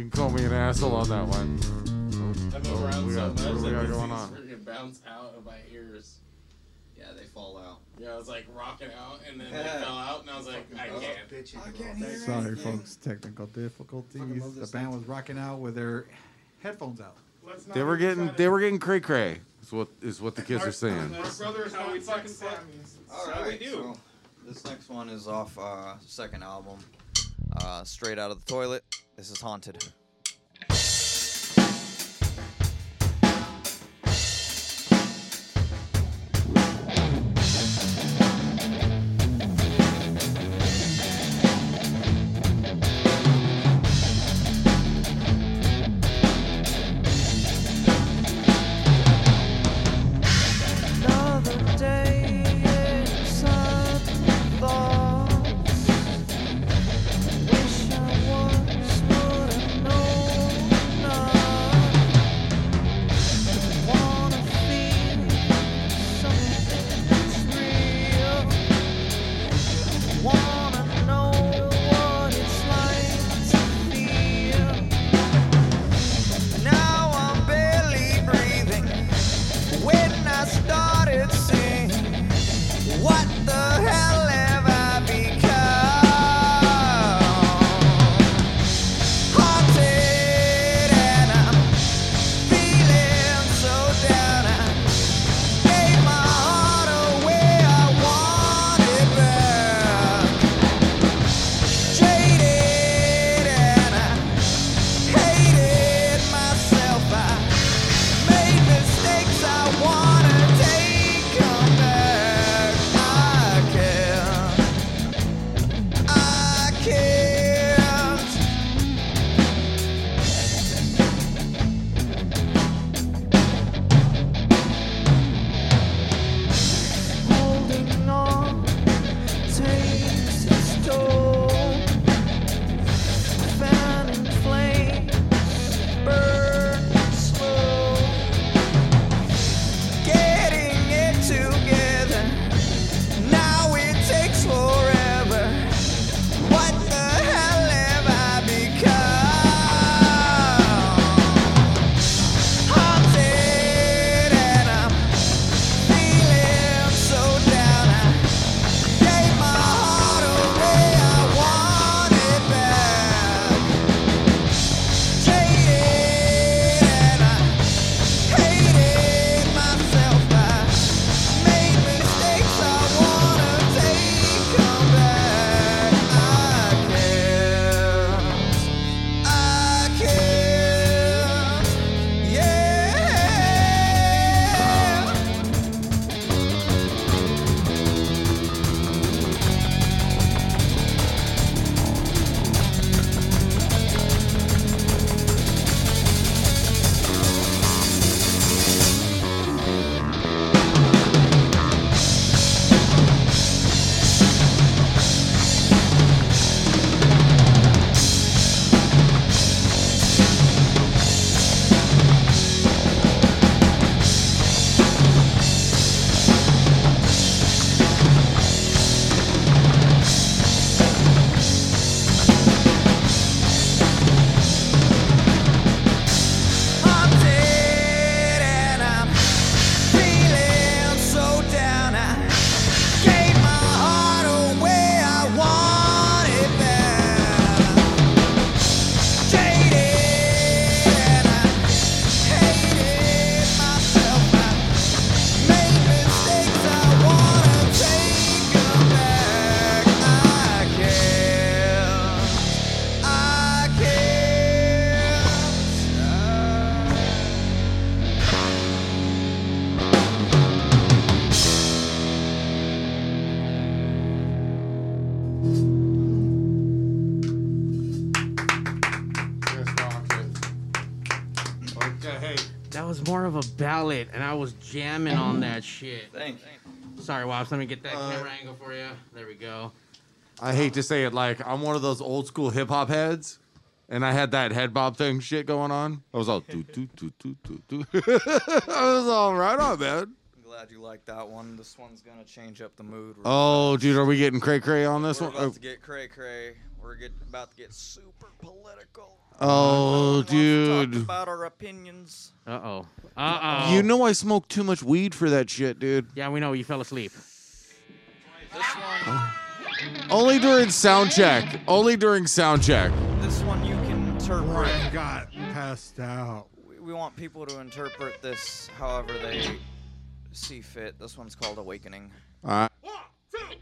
can call me an asshole on that one. I move What around we so got- much what we that got these going things on? freaking bounce out of my ears. Yeah, they fall out. Yeah, I was like rocking out, and then Yeah. they fell out, and I was like, I Oh, can't. bitchy. I can't hear Sorry, anything. folks, technical difficulties. The band was rocking out with their headphones out. They were getting they were getting cray cray. Is what is what the kids are saying. brother is how we fucking play. All how right, we do. So this next one is off uh, second album, uh, straight out of the toilet. This is haunted. Another day inside thoughts. Wish I once would have known. ballad, and I was jamming on that shit. Thanks. Sorry, Wops. Let me get that Uh, camera angle for you. There we go. I hate to say it, like I'm one of those old school hip hop heads, and I had that head bob thing shit going on. I was all do do do do do do. I was all right on, man. I'm glad you liked that one. This one's gonna change up the mood. We're Oh, dude, are we getting cray cray on this we're one? about Oh, to get cray cray. We're get, about to get super political. oh, Talk dude. about our opinions. Uh oh. Uh oh. You know I smoked too much weed for that shit, dude. Yeah, we know you fell asleep. This one, Only during sound check. Only during sound check. this one you can interpret. got passed out. We- We want people to interpret this however they see fit. This one's called Awakening. All right.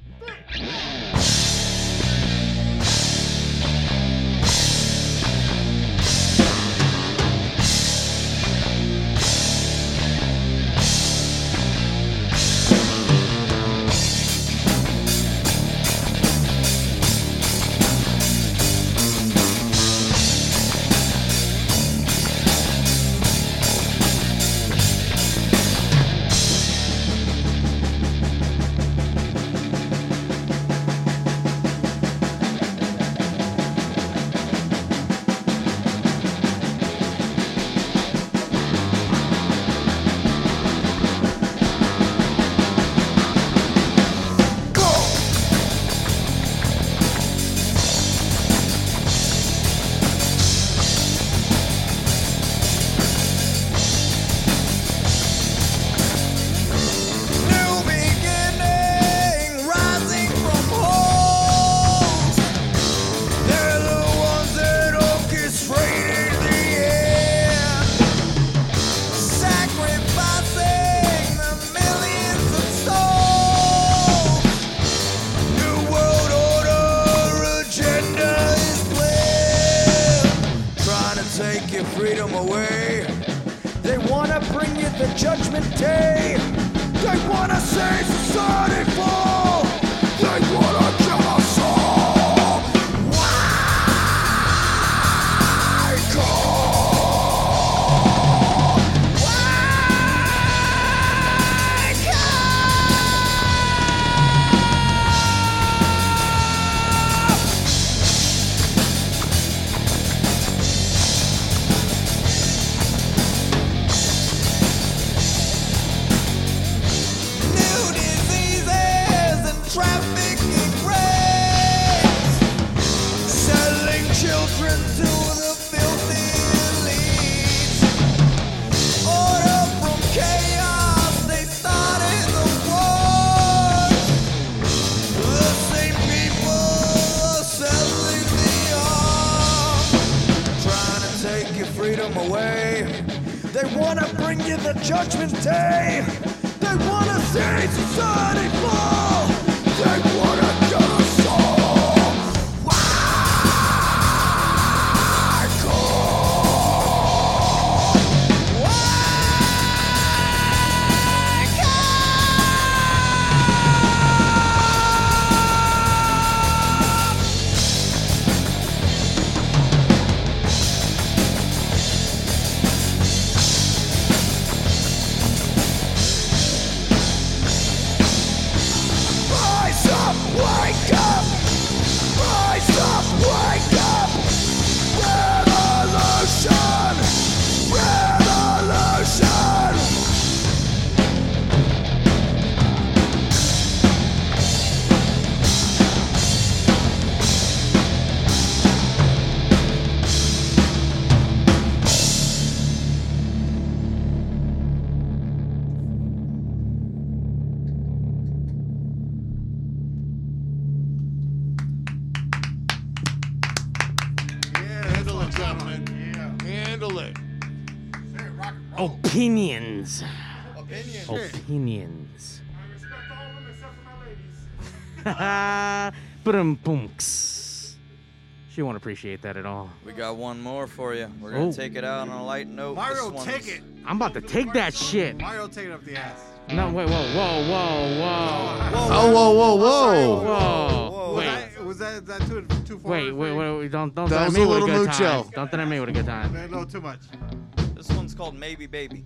Take your freedom away. They wanna bring you the judgment day. They wanna save society fall. They wanna kill us all. Why? God? Why, God? New diseases and trafficking rapes, selling children to the filthy elite. Order from chaos, they started the wars. The same people are selling the arms, trying to take your freedom away. They wanna bring you the judgment day. They wanna see society fall. They wanna kill us all. Why, God? Why, God? Rise up, wake up! Rise up, wake up! Revolution! Revolution! Handle it, gentlemen. Handle it. Opinions. Opinions. Opinions. Ba-dum-bunks. She won't appreciate that at all. We got one more for you. We're gonna Oh. take it out on a light note. Mario, This take one's- it. I'm about to take that shit. Mario, take it up the ass. No, wait, whoa, whoa, whoa, whoa. Oh, whoa, whoa, whoa. Whoa. Was Wait, that, was that, that too, too far? wait, wait, wait, wait, don't, don't That was threaten me a with a little good mucho. time. Don't threaten me with a good time. No, too much. This one's called Maybe Baby.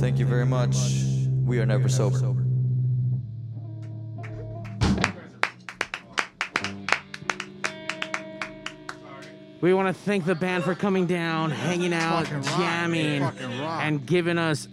Thank you very much. We are never sober. We want to thank the band for coming down, hanging out, Fucking rock, jamming, man. Fucking rock. and giving us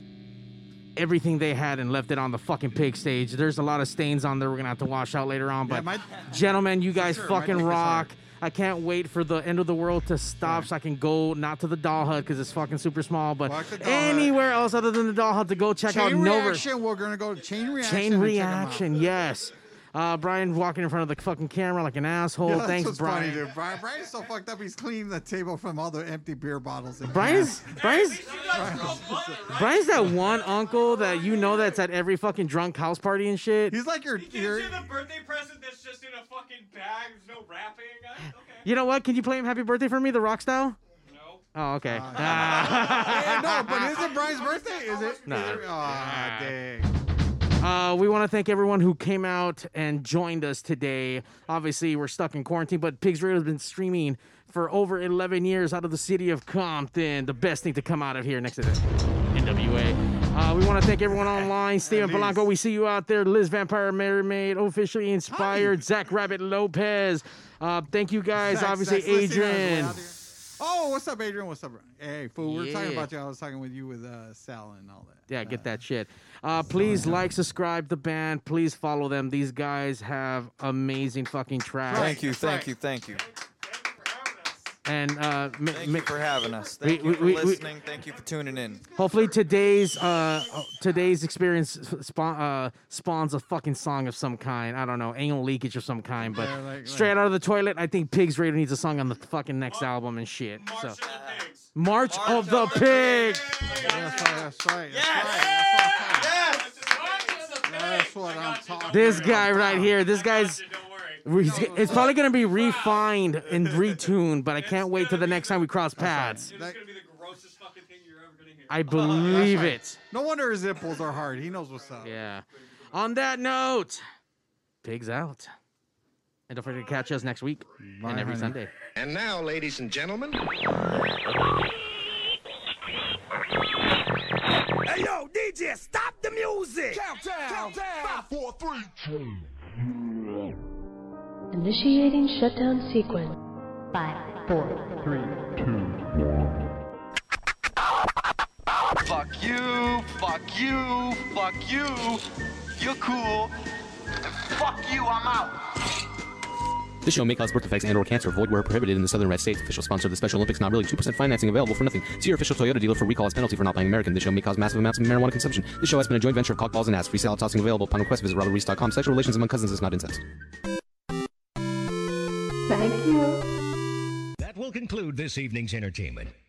everything they had and left it on the fucking pig stage. There's a lot of stains on there we're gonna have to wash out later on, but gentlemen, you guys sure, my fucking dick is rock. I can't wait for the end of the world to stop so I can go not to the doll hut because it's fucking super small, but anywhere else other than the doll hut to go check out Chain Nova. reaction. We're gonna go to chain reaction. Chain and check 'em out. reaction, yes. Uh, Brian walking in front of the fucking camera like an asshole. Yeah, that's Thanks, what's Brian. Funny, dude. Brian. Brian's so fucked up. He's cleaning the table from all the empty beer bottles. and- Brian's Brian's Brian's that one uncle that you know that's at every fucking drunk house party and shit. He's like your, your Gives you the birthday present that's just in a fucking bag. There's no wrapping. You know what? Can you play him Happy Birthday for me, the rock style? No. Oh, Hey, okay. Ah. no, but is it Brian's birthday? Is it? No. is it- Aw, dang. Uh, we want to thank everyone who came out and joined us today. Obviously, we're stuck in quarantine, but Pigs Radio has been streaming for over 11 years out of the city of Compton. The best thing to come out of here next to the NWA. Uh, we want to thank everyone online. Steven Blanco, we see you out there. Liz Vampire Mermaid, officially inspired. Zach Rabbit Lopez. Uh, thank you guys. Zach, obviously, Zach's listening on his way Adrian. out there. Oh, what's up, Adrian? What's up? Brian? Hey, fool. We were talking Yeah. about you. I was talking with you with uh, Sal and all that. Yeah, get that shit. Uh, please like, subscribe the band. Please follow them. These guys have amazing fucking tracks. Thank you, thank you, thank you. And uh, ma- Thank ma- you for having us. We- Thank you we- for we- we- listening. Thank you for tuning in. hopefully today's uh, today's experience spawn, uh, spawns a fucking song of some kind. I don't know, anal leakage of some kind. But Yeah, like- straight out of the toilet, I think Pigs Radio needs a song on the fucking next album and shit. so. March, of the Pigs. That's right. That's right. Yes. That's what I'm talking. This guy right here, this guy's. we- It's probably gonna be refined and retuned, but I can't wait till the next time we cross paths. I believe That's right. it. No wonder his nipples are hard. He knows what's up. Yeah. On that note, pigs out. And don't forget to catch us next week and every honey. Sunday. And now, ladies and gentlemen. Hey yo, DJ, stop the music! Countdown! Countdown! Five, four, three, two. Initiating shutdown sequence. Five, four, three, Fuck you! Fuck you! Fuck you! You're cool. Fuck you! I'm out. This show may cause birth defects and/or cancer. Void where prohibited in the southern Red States. Official sponsor of the Special Olympics. Not really. Two percent financing available for nothing. See your official Toyota dealer for recall as penalty for not buying American. This show may cause massive amounts of marijuana consumption. This show has been a joint venture of cockballs and ass. Free salad tossing available upon request. Visit robertreese.com. Sexual relations among cousins is not incest. Thank you. That will conclude this evening's entertainment.